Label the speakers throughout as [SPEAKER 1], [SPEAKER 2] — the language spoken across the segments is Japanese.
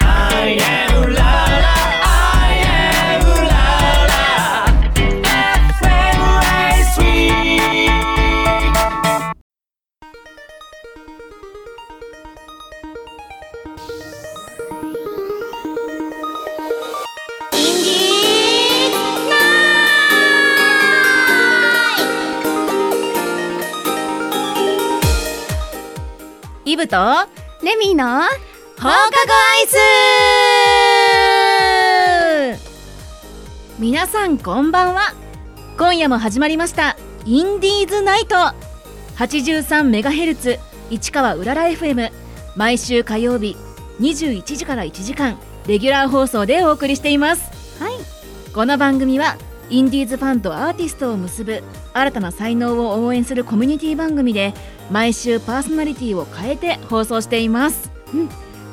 [SPEAKER 1] I am la la, I am la la. FM
[SPEAKER 2] イブと
[SPEAKER 3] レミーの
[SPEAKER 2] 放課後アイス皆さんこんばんは今夜も始まりましたインディーズナイト 83MHz 市川うらら FM 毎週火曜日21時から1時間レギュラー放送でお送りしています
[SPEAKER 3] はい
[SPEAKER 2] この番組はインディーズファンとアーティストを結ぶ新たな才能を応援するコミュニティ番組で毎週パーソナリティを変えて放送しています、
[SPEAKER 3] うん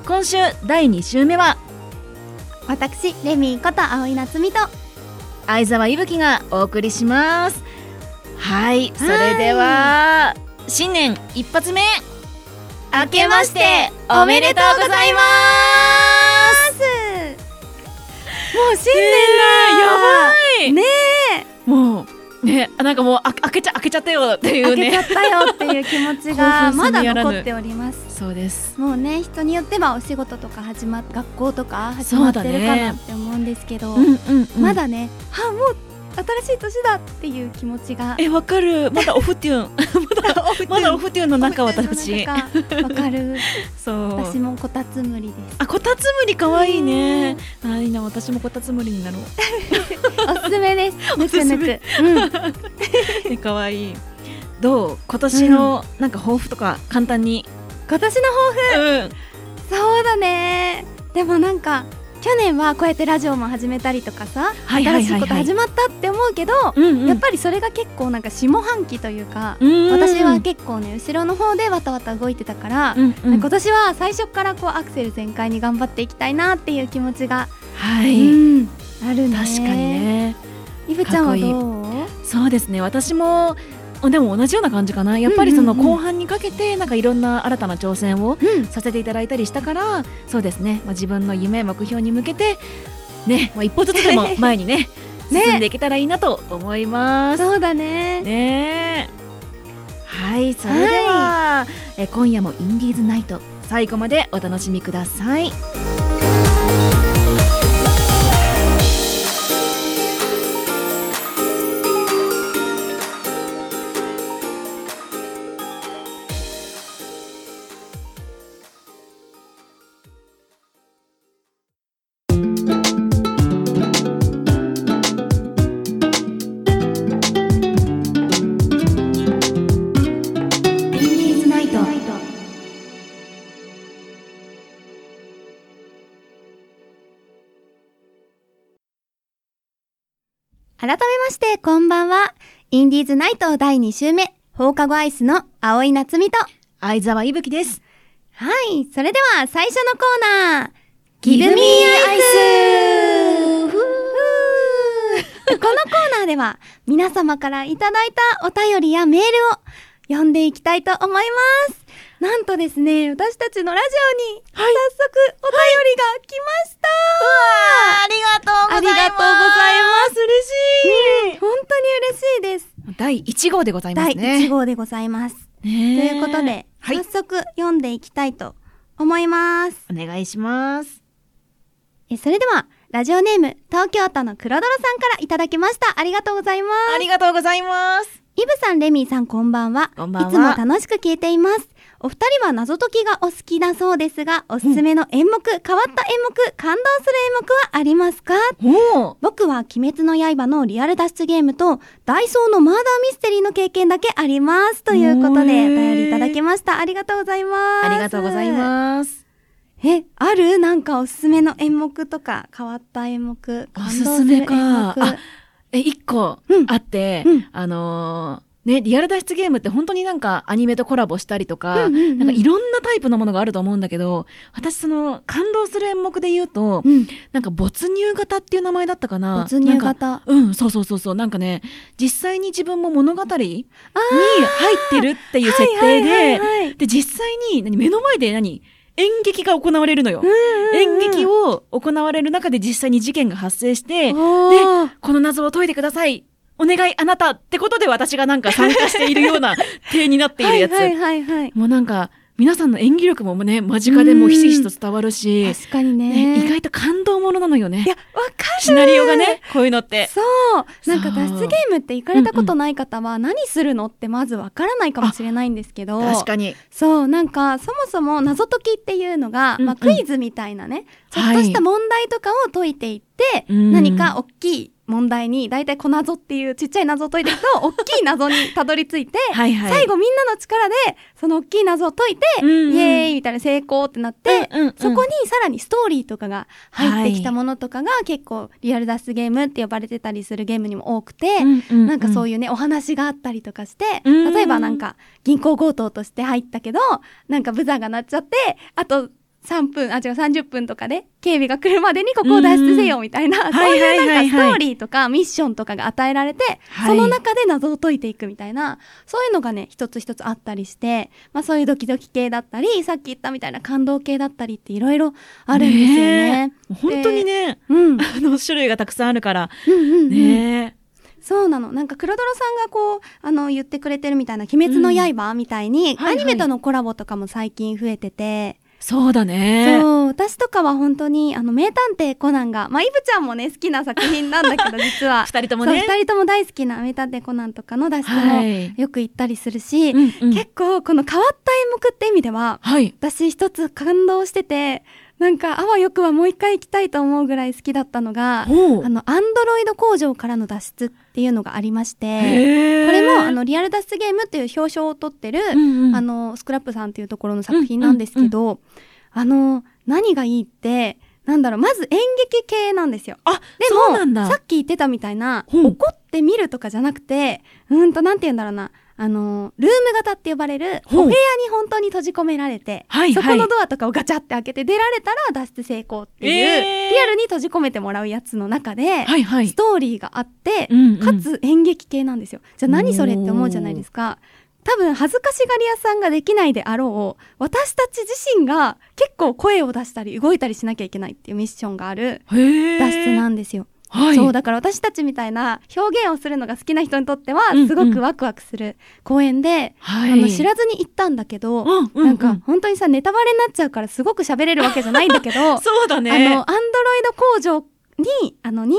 [SPEAKER 2] 今週第2週目は
[SPEAKER 3] 私レミーこと葵夏美と
[SPEAKER 2] 相沢いぶきがお送りしますはいそれでは新年一発目明けましておめでとうございます
[SPEAKER 3] もう新
[SPEAKER 2] えーやばい
[SPEAKER 3] ね
[SPEAKER 2] もうねあなんかもうあ開けちゃ開けちゃったよっていう
[SPEAKER 3] 開けちゃ
[SPEAKER 2] ね
[SPEAKER 3] ったよっていう気持ち
[SPEAKER 2] 興
[SPEAKER 3] が
[SPEAKER 2] 奮
[SPEAKER 3] ま
[SPEAKER 2] 冷
[SPEAKER 3] だ
[SPEAKER 2] めやらぬ
[SPEAKER 3] 残っております
[SPEAKER 2] そうです
[SPEAKER 3] もうね人によってはお仕事とか始まっ学校とか始まってるかなって思うんですけど、
[SPEAKER 2] うん
[SPEAKER 3] まだねあもう新しい年だっていう気持ちが
[SPEAKER 2] えわかるまだオフテ ューンまだまだオフテューンの中私
[SPEAKER 3] わかる
[SPEAKER 2] そう
[SPEAKER 3] 私もこたつむりです
[SPEAKER 2] あこたつむり可愛いねあーいいな私もこたつむりになろう
[SPEAKER 3] おすすめですぬ
[SPEAKER 2] す
[SPEAKER 3] く
[SPEAKER 2] め
[SPEAKER 3] ぬくうん
[SPEAKER 2] ね可愛いどう今年のなんか抱負とか簡単に
[SPEAKER 3] 今年の抱負
[SPEAKER 2] うん
[SPEAKER 3] そうだねでもなんか去年はこうやってラジオも始めたりとかさ
[SPEAKER 2] はいは
[SPEAKER 3] 新
[SPEAKER 2] い
[SPEAKER 3] し
[SPEAKER 2] はいい
[SPEAKER 3] こと
[SPEAKER 2] はい
[SPEAKER 3] 始まったって思うけど、
[SPEAKER 2] うんうん
[SPEAKER 3] やっぱりそれが結構なんか下半期というか、
[SPEAKER 2] うんうん
[SPEAKER 3] 私は結構ね後ろの方でわたわた動いてたから、
[SPEAKER 2] うんうん
[SPEAKER 3] 今年は最初からこうアクセル全開に頑張っていきたいなっていう気持ちが、
[SPEAKER 2] は
[SPEAKER 3] う
[SPEAKER 2] い
[SPEAKER 3] んあるね
[SPEAKER 2] 確かにね
[SPEAKER 3] イブちゃんはどう
[SPEAKER 2] そうですね私もでも同じような感じかなやっぱりその
[SPEAKER 3] うんうんうん
[SPEAKER 2] 後半にかけてなんかいろんな新たな挑戦を
[SPEAKER 3] うん
[SPEAKER 2] させていただいたりしたからそうですね、まあ、自分の夢目標に向けてね、まあ、一歩ずつで も前にね
[SPEAKER 3] ね
[SPEAKER 2] 進んでいけたらいいなと思います。
[SPEAKER 3] そうだね
[SPEAKER 2] ねはいそれでは、え今夜もインディーズナイト最後までお楽しみください。
[SPEAKER 3] インディーズナイト改めまして、こんばんは。インディーズナイト第2週目、放課後アイスの青井夏美と。
[SPEAKER 2] 相沢いぶきです。
[SPEAKER 3] はい、それでは最初のコーナー。
[SPEAKER 2] Give me
[SPEAKER 3] イスこのコーナーでは皆様からいただいたお便りやメールを読んでいきたいと思います。なんとですね、私たちのラジオに早速お便りが来ました、
[SPEAKER 2] ありが
[SPEAKER 3] ありがとうございます。嬉しい、本当に嬉しいです。
[SPEAKER 2] 第一号でございま
[SPEAKER 3] 第
[SPEAKER 2] す
[SPEAKER 3] 1
[SPEAKER 2] ね。
[SPEAKER 3] 号でございます。
[SPEAKER 2] と
[SPEAKER 3] と
[SPEAKER 2] い
[SPEAKER 3] いうことで、
[SPEAKER 2] はい
[SPEAKER 3] 早速読んでいきたいと思います。
[SPEAKER 2] お願いします。
[SPEAKER 3] えそれでは、ラジオネーム、東京都の黒泥さんからいただきました。ありがとうございます。
[SPEAKER 2] ありがとうございます。
[SPEAKER 3] イブさん、レミーさん、こんばんは。
[SPEAKER 2] こんばんはい
[SPEAKER 3] つも楽しく聞いています。お二人は謎解きがお好きだそうですが、おすすめの演目、変わった演目、感動する演目はありますか
[SPEAKER 2] おお、
[SPEAKER 3] 僕は鬼滅の刃のリアル脱出ゲームと、ダイソーのマーダーミステリーの経験だけあります。ということで、お
[SPEAKER 2] おー
[SPEAKER 3] 便りいただきました。ありがとうございます。
[SPEAKER 2] ありがとうございます。
[SPEAKER 3] す。え、あるなんかおすすめの演目とか、変わった演目、
[SPEAKER 2] お
[SPEAKER 3] 感動
[SPEAKER 2] す
[SPEAKER 3] る演目。
[SPEAKER 2] すめかあえ、一個
[SPEAKER 3] うん
[SPEAKER 2] あって、
[SPEAKER 3] うん
[SPEAKER 2] あのーね、リアル脱出ゲームって本当になんかアニメとコラボしたりとか、
[SPEAKER 3] うんうんうん
[SPEAKER 2] なんかいろんなタイプのものがあると思うんだけど、私その感動する演目で言うと、
[SPEAKER 3] うん。
[SPEAKER 2] なんか没入型っていう名前だったかな。
[SPEAKER 3] 没入
[SPEAKER 2] なんか。
[SPEAKER 3] 型。
[SPEAKER 2] うん、そうそうそうそう。なんかね、実際に自分も物語に入ってるっていう設定で、
[SPEAKER 3] はいはいはいはい
[SPEAKER 2] で、実際に何目の前で何演劇が行われるのよ。演劇を行われる中で実際に事件が発生して、
[SPEAKER 3] おー
[SPEAKER 2] この謎を解いてください。お願いあなたってことで私がなんか参加しているよ うな体になっているやつ。
[SPEAKER 3] はいはいはいはい。
[SPEAKER 2] もうなんか、皆さんの演技力もね、間近でもうひしひしと伝わるし、
[SPEAKER 3] 確かにね。
[SPEAKER 2] ね、意外と感動ものなのよね
[SPEAKER 3] い。や、わかる
[SPEAKER 2] シナリオがね、こういうのって。
[SPEAKER 3] そう。なんか
[SPEAKER 2] そう
[SPEAKER 3] 脱出ゲームって行かれたことない方は何するのってまずわからないかもしれないんですけど。
[SPEAKER 2] 確かに。
[SPEAKER 3] そう、なんかそもそも謎解きっていうのが、
[SPEAKER 2] うんうん
[SPEAKER 3] まあクイズみたいなね、ちょっ
[SPEAKER 2] は
[SPEAKER 3] と
[SPEAKER 2] い
[SPEAKER 3] した問題とかを解いていって、
[SPEAKER 2] うん
[SPEAKER 3] 何か大きい問題に、だいたい小謎っていうちっちゃい謎を解いていくと、大きい謎にたどり着いて、
[SPEAKER 2] はいはい。
[SPEAKER 3] 最後みんなの力で、その大きい謎を解いて、
[SPEAKER 2] うんうん
[SPEAKER 3] イエーイみたいな成功ってなって、
[SPEAKER 2] うんうんうん
[SPEAKER 3] そこにさらにストーリーとかが入ってきたものとかが結構リアル脱出ゲームって呼ばれてたりするゲームにも多くて、
[SPEAKER 2] うんうんうん
[SPEAKER 3] なんかそういうね、お話があったりとかして、
[SPEAKER 2] うん
[SPEAKER 3] 例えばなんか銀行強盗として入ったけど、なんかブザーが鳴っちゃって、あと3分、あ、違う30分とかで警備が来るまでにここを脱出せよみたいな、
[SPEAKER 2] ん
[SPEAKER 3] そういう
[SPEAKER 2] はいはいは
[SPEAKER 3] ないんかス
[SPEAKER 2] はい
[SPEAKER 3] トーリーとかミッションとかが与えられて、
[SPEAKER 2] はい
[SPEAKER 3] その中で謎を解いていくみたいな、そういうのがね、一つ一つあったりして、まあそういうドキドキ系だったり、さっき言ったみたいな感動系だったりっていろいろあるんですよね。
[SPEAKER 2] ねえ本当にね、
[SPEAKER 3] うん。
[SPEAKER 2] あの、種類がたくさんあるから。
[SPEAKER 3] うんうんうん
[SPEAKER 2] ね
[SPEAKER 3] そうなの。なんか黒泥さんがこう、あの、言ってくれてるみたいな、鬼滅の刃みたいに、
[SPEAKER 2] はいはい
[SPEAKER 3] アニメとのコラボとかも最近増えてて、
[SPEAKER 2] そうだね。
[SPEAKER 3] そう、私とかは本当に、あの、名探偵コナンが、まあ、イブちゃんもね、好きな作品なんだけ ど、実は。
[SPEAKER 2] 二人とも
[SPEAKER 3] そう
[SPEAKER 2] ね。
[SPEAKER 3] 二人とも大好きな名探偵コナンとかの脱出も
[SPEAKER 2] はい
[SPEAKER 3] よく行ったりするし、
[SPEAKER 2] うんうん
[SPEAKER 3] 結構この変わった演目って意味では、
[SPEAKER 2] はい。
[SPEAKER 3] 私一つ感動してて、なんかあわよくはもう一回行きたいと思うぐらい好きだったのが、
[SPEAKER 2] ほ
[SPEAKER 3] あの、アンドロイド工場からの脱出っていうのがありまして、こ
[SPEAKER 2] れ
[SPEAKER 3] れも、あ、の、リアル脱出ゲームっていう表彰を取ってる、
[SPEAKER 2] うんうん
[SPEAKER 3] あの、スクラップさんっていうところの作品なんですけど、あの、何がいいって、なんだろう、まず演劇系なんですよ。
[SPEAKER 2] あ、
[SPEAKER 3] で
[SPEAKER 2] そうなん
[SPEAKER 3] も、
[SPEAKER 2] だ。
[SPEAKER 3] さっき言ってたみたいな、
[SPEAKER 2] ほう
[SPEAKER 3] 怒ってみるとかじゃなくて、うーんと、なんて言うんだろうな、あの、ルーム型って呼ばれる、お
[SPEAKER 2] ほう
[SPEAKER 3] 部屋に本当に閉じ込められて、
[SPEAKER 2] はい
[SPEAKER 3] そ
[SPEAKER 2] は
[SPEAKER 3] こ
[SPEAKER 2] い
[SPEAKER 3] のドアとかをガチャって開けて出られたら脱出成功っていう、
[SPEAKER 2] えー
[SPEAKER 3] リアルに閉じ込めてもらうやつの中で、
[SPEAKER 2] はいはい
[SPEAKER 3] ス。トーリーがあって、
[SPEAKER 2] うんうん
[SPEAKER 3] かつ演劇系なんですよ。じゃあ何それって思うじゃないですか。多分恥ずかしがり屋さんができないであろう、私たち自身が結構声を出したり動いたりしなきゃいけないっていうミッションがある
[SPEAKER 2] へ
[SPEAKER 3] 脱出なんんですよ。
[SPEAKER 2] はい。
[SPEAKER 3] そう、だから私たちみたいな表現をするのが好きな人にとっては
[SPEAKER 2] うんうん
[SPEAKER 3] すごくワクワクする公演で、
[SPEAKER 2] はい。
[SPEAKER 3] あの知らずに行ったんだけど、
[SPEAKER 2] うんう
[SPEAKER 3] なんか、本当にさ、ネタバレになっちゃうからすごく喋れるわけじゃないんだけど、
[SPEAKER 2] そうだ
[SPEAKER 3] あ
[SPEAKER 2] ね。
[SPEAKER 3] の、アンドロイド工場に、あの、人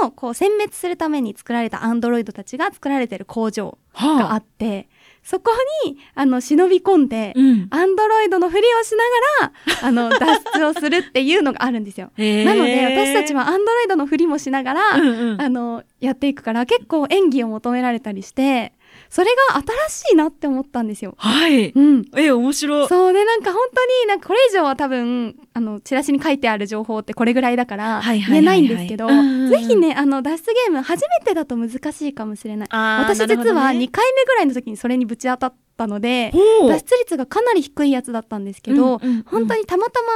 [SPEAKER 3] 間をこう、殲滅するために作られたアンドロイドたちが作られてる工場
[SPEAKER 2] は
[SPEAKER 3] があって、そこに、あの、忍び込んで、
[SPEAKER 2] うん。
[SPEAKER 3] アンドロイドのふりをしながら、あの、脱出をするっていうのがあるんですよ。
[SPEAKER 2] へー
[SPEAKER 3] なので、私たち、はアンドロイドのふりもしながら、
[SPEAKER 2] うんうん
[SPEAKER 3] あの、やっていくから、結構演技を求められたりして、それが新しいなって思ったんですよ。
[SPEAKER 2] はい。
[SPEAKER 3] うん。
[SPEAKER 2] え、面白い。
[SPEAKER 3] そうでなんか本当になんかこれ以上は多分あのチラシに書いてある情報ってこれぐらいだから
[SPEAKER 2] はいはい
[SPEAKER 3] 言
[SPEAKER 2] はいはい
[SPEAKER 3] えないんですけど、
[SPEAKER 2] うんうんうん
[SPEAKER 3] ぜひねあの脱出ゲーム初めてだと難しいかもしれない
[SPEAKER 2] あー
[SPEAKER 3] 私
[SPEAKER 2] なるほ
[SPEAKER 3] 実
[SPEAKER 2] どね
[SPEAKER 3] は2回目ぐらいの時にそれにぶち当たったので
[SPEAKER 2] ほう
[SPEAKER 3] 脱出率がかなり低いやつだったんですけど、
[SPEAKER 2] うんうんうん
[SPEAKER 3] 本当にたまたま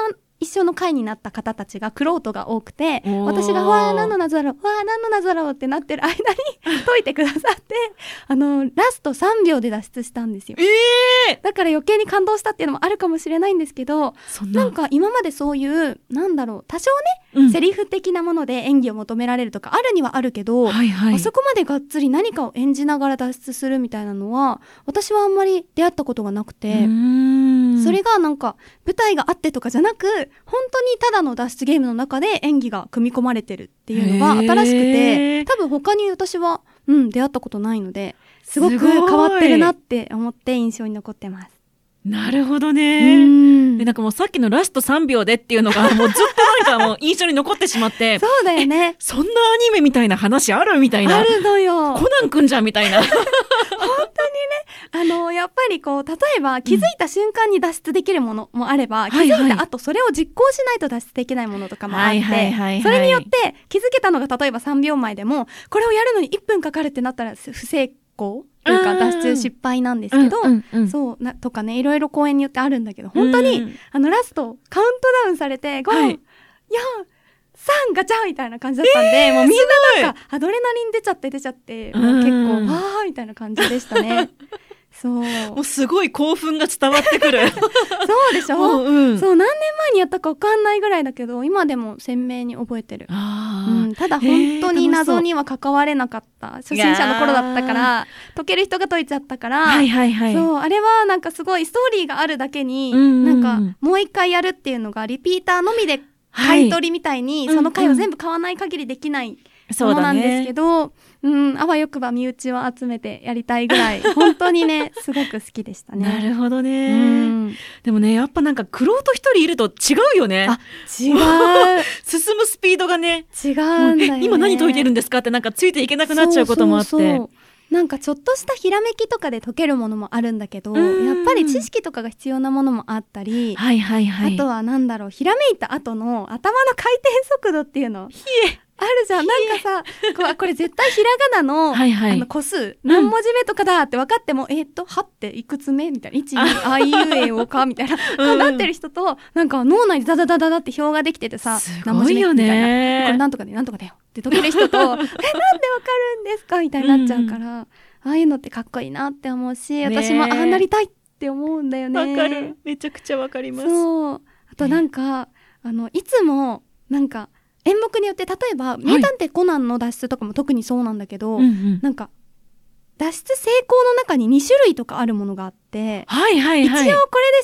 [SPEAKER 3] 一緒の会になった方たちがクロートが多くて
[SPEAKER 2] おー
[SPEAKER 3] 私が「わあ何の謎だろうわあ何の謎だろう」ってなってる間に解いてくださって あのラスト3秒で脱出したんですよ。
[SPEAKER 2] ええ
[SPEAKER 3] だから余計に感動したっていうのもあるかもしれないんですけど、
[SPEAKER 2] そんな。
[SPEAKER 3] なんか今までそういう、なんだろう、多少
[SPEAKER 2] う
[SPEAKER 3] ね、
[SPEAKER 2] ん
[SPEAKER 3] セリフ的なもので演技を求められるとかあるにはあるけど、
[SPEAKER 2] はいはい。
[SPEAKER 3] あそこまでがっつり何かを演じながら脱出するみたいなのは、私はあんまり出会ったことがなく
[SPEAKER 2] う
[SPEAKER 3] て、
[SPEAKER 2] ーん
[SPEAKER 3] それがなんか舞台があってとかじゃなく、本当にただの脱出ゲームの中で演技が組み込まれてるっていうのが新しく
[SPEAKER 2] へー
[SPEAKER 3] て、多分他に私は、うん、出会ったことないので、すごく
[SPEAKER 2] すごい
[SPEAKER 3] 変わってるなって思って印象に残ってます。
[SPEAKER 2] なるほど
[SPEAKER 3] う
[SPEAKER 2] ね。
[SPEAKER 3] ん
[SPEAKER 2] で、なんかもうさっきのラスト3秒でっていうのが、もうずっとなんかもう印象に残ってしまって、
[SPEAKER 3] そうだよね。
[SPEAKER 2] そんなアニメみたいな話あるみたい
[SPEAKER 3] あ
[SPEAKER 2] な。
[SPEAKER 3] るのよ。
[SPEAKER 2] コナンくんじゃんみたいな。
[SPEAKER 3] あの、やっぱりこう、例えば気づいた瞬間に脱出できるものもあれば、
[SPEAKER 2] い
[SPEAKER 3] 気
[SPEAKER 2] はい
[SPEAKER 3] づいた後それを実行しないと脱出できないものとかもあっ
[SPEAKER 2] はいはいはいはい
[SPEAKER 3] て、それによって気づけたのが例えば3秒前でも、これをやるのに1分かかるってなったら不成功という
[SPEAKER 2] う
[SPEAKER 3] か
[SPEAKER 2] ん
[SPEAKER 3] 脱出失敗なんですけど、
[SPEAKER 2] うんうんうん
[SPEAKER 3] そうな、とかね、いろいろ公演によってあるんだけど、本当に、
[SPEAKER 2] うん
[SPEAKER 3] あの、ラスト、カウントダウンされて、5、
[SPEAKER 2] はい
[SPEAKER 3] 4、3、ガチャンみたいな感じだったんで、もうみんななんか、アドレナリン出ちゃって出ちゃって、もう結
[SPEAKER 2] うん
[SPEAKER 3] 構、わーみたいな感じでしたね。そう。
[SPEAKER 2] もうすごい興奮が伝わってくる。
[SPEAKER 3] そうでしょ、
[SPEAKER 2] うん
[SPEAKER 3] そう、何年前にやったかわかんないぐらいだけど、今でも鮮明に覚えてる。
[SPEAKER 2] あ
[SPEAKER 3] う
[SPEAKER 2] ー
[SPEAKER 3] ん、ただ
[SPEAKER 2] へー
[SPEAKER 3] 本当に謎には関われなかった。初心者の頃だったから、解ける人が解いちゃったから、
[SPEAKER 2] はいはいはい。
[SPEAKER 3] そう、あれはなんかすごいストーリーがあるだけに、
[SPEAKER 2] うんうんうん
[SPEAKER 3] なんかもう一回やるっていうのがリピーターのみで買い取りみたいに、
[SPEAKER 2] はい
[SPEAKER 3] その回を全部買わない限りできないも
[SPEAKER 2] そう
[SPEAKER 3] のな
[SPEAKER 2] だ
[SPEAKER 3] んです
[SPEAKER 2] ね
[SPEAKER 3] け。ど、うん、あわよくば身内を集めてやりたいぐらい、 本当にね、すごく好きでしたね。
[SPEAKER 2] なるほど
[SPEAKER 3] う
[SPEAKER 2] ね。
[SPEAKER 3] ん、
[SPEAKER 2] でもね、やっぱなんか、くろうと一人いると違うよね
[SPEAKER 3] あ。違う。
[SPEAKER 2] 進むスピードがね、
[SPEAKER 3] 違うんだよ、ね。
[SPEAKER 2] 今何解いてるんですかってなんかついていけなくなっちゃうこともあって。
[SPEAKER 3] そうそうそうなんかちょっとしたひらめきとかで解けるものもあるんだけど、
[SPEAKER 2] うん
[SPEAKER 3] やっぱり知識とかが必要なものもあったり、
[SPEAKER 2] はいはいはい。
[SPEAKER 3] あとはなんだろう、ひらめいた後の頭の回転速度っていうの。あるじゃん。なんかさ、こうあこれ絶対ひらがなの、
[SPEAKER 2] はいはい
[SPEAKER 3] あの個数、何文字目とかだって分かっても、えーっと、はっていくつ目みたいな。1、2、あいうえおかみたいな。
[SPEAKER 2] うん
[SPEAKER 3] なってる人と、なんか脳内でダダダダダって表ができててさ、
[SPEAKER 2] す
[SPEAKER 3] 何文
[SPEAKER 2] ご
[SPEAKER 3] 字
[SPEAKER 2] い
[SPEAKER 3] 目
[SPEAKER 2] よ
[SPEAKER 3] みたいな。こ
[SPEAKER 2] ね
[SPEAKER 3] れ。なんとかでなんとかだよって解ける人 とえなんでわかるんですかみたいになっちゃうから、ああいうのってかっこいいなって思うし
[SPEAKER 2] ね
[SPEAKER 3] 私もああなりたいって思うんだよね。
[SPEAKER 2] わかる。めちゃくちゃわかります。
[SPEAKER 3] そうあとなんか、あのいつもなんか演目によって例えば「名探偵コナン」の脱出とかも特にそうなんだけど、
[SPEAKER 2] うんうん
[SPEAKER 3] なんか脱出成功の中に2種類とかあるものがあって。
[SPEAKER 2] はいはい
[SPEAKER 3] 一応こ
[SPEAKER 2] は
[SPEAKER 3] れ
[SPEAKER 2] い。
[SPEAKER 3] で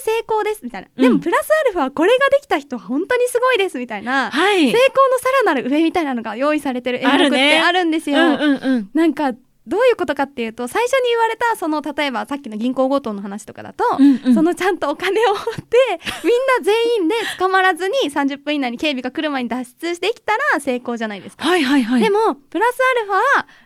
[SPEAKER 3] 成功ですみたいな、で
[SPEAKER 2] う
[SPEAKER 3] も
[SPEAKER 2] ん
[SPEAKER 3] プラスアルファこれができた人は本当にすごいですみたいな、
[SPEAKER 2] はい
[SPEAKER 3] 成。功のさらなる上みたいなのが用意されてる演目
[SPEAKER 2] ある
[SPEAKER 3] っ
[SPEAKER 2] ね
[SPEAKER 3] てあるんですよ。
[SPEAKER 2] うんうんうん。
[SPEAKER 3] なんかどういうことかっていうと最初に言われたその例えばさっきの銀行強盗の話とかだと、
[SPEAKER 2] うんうん
[SPEAKER 3] そのちゃんとお金を持 ってみんな全員で捕まらずに30分以内に警備が来る前に脱出できたら成功じゃないですか。
[SPEAKER 2] はいはいはい。
[SPEAKER 3] でもプラスアルファは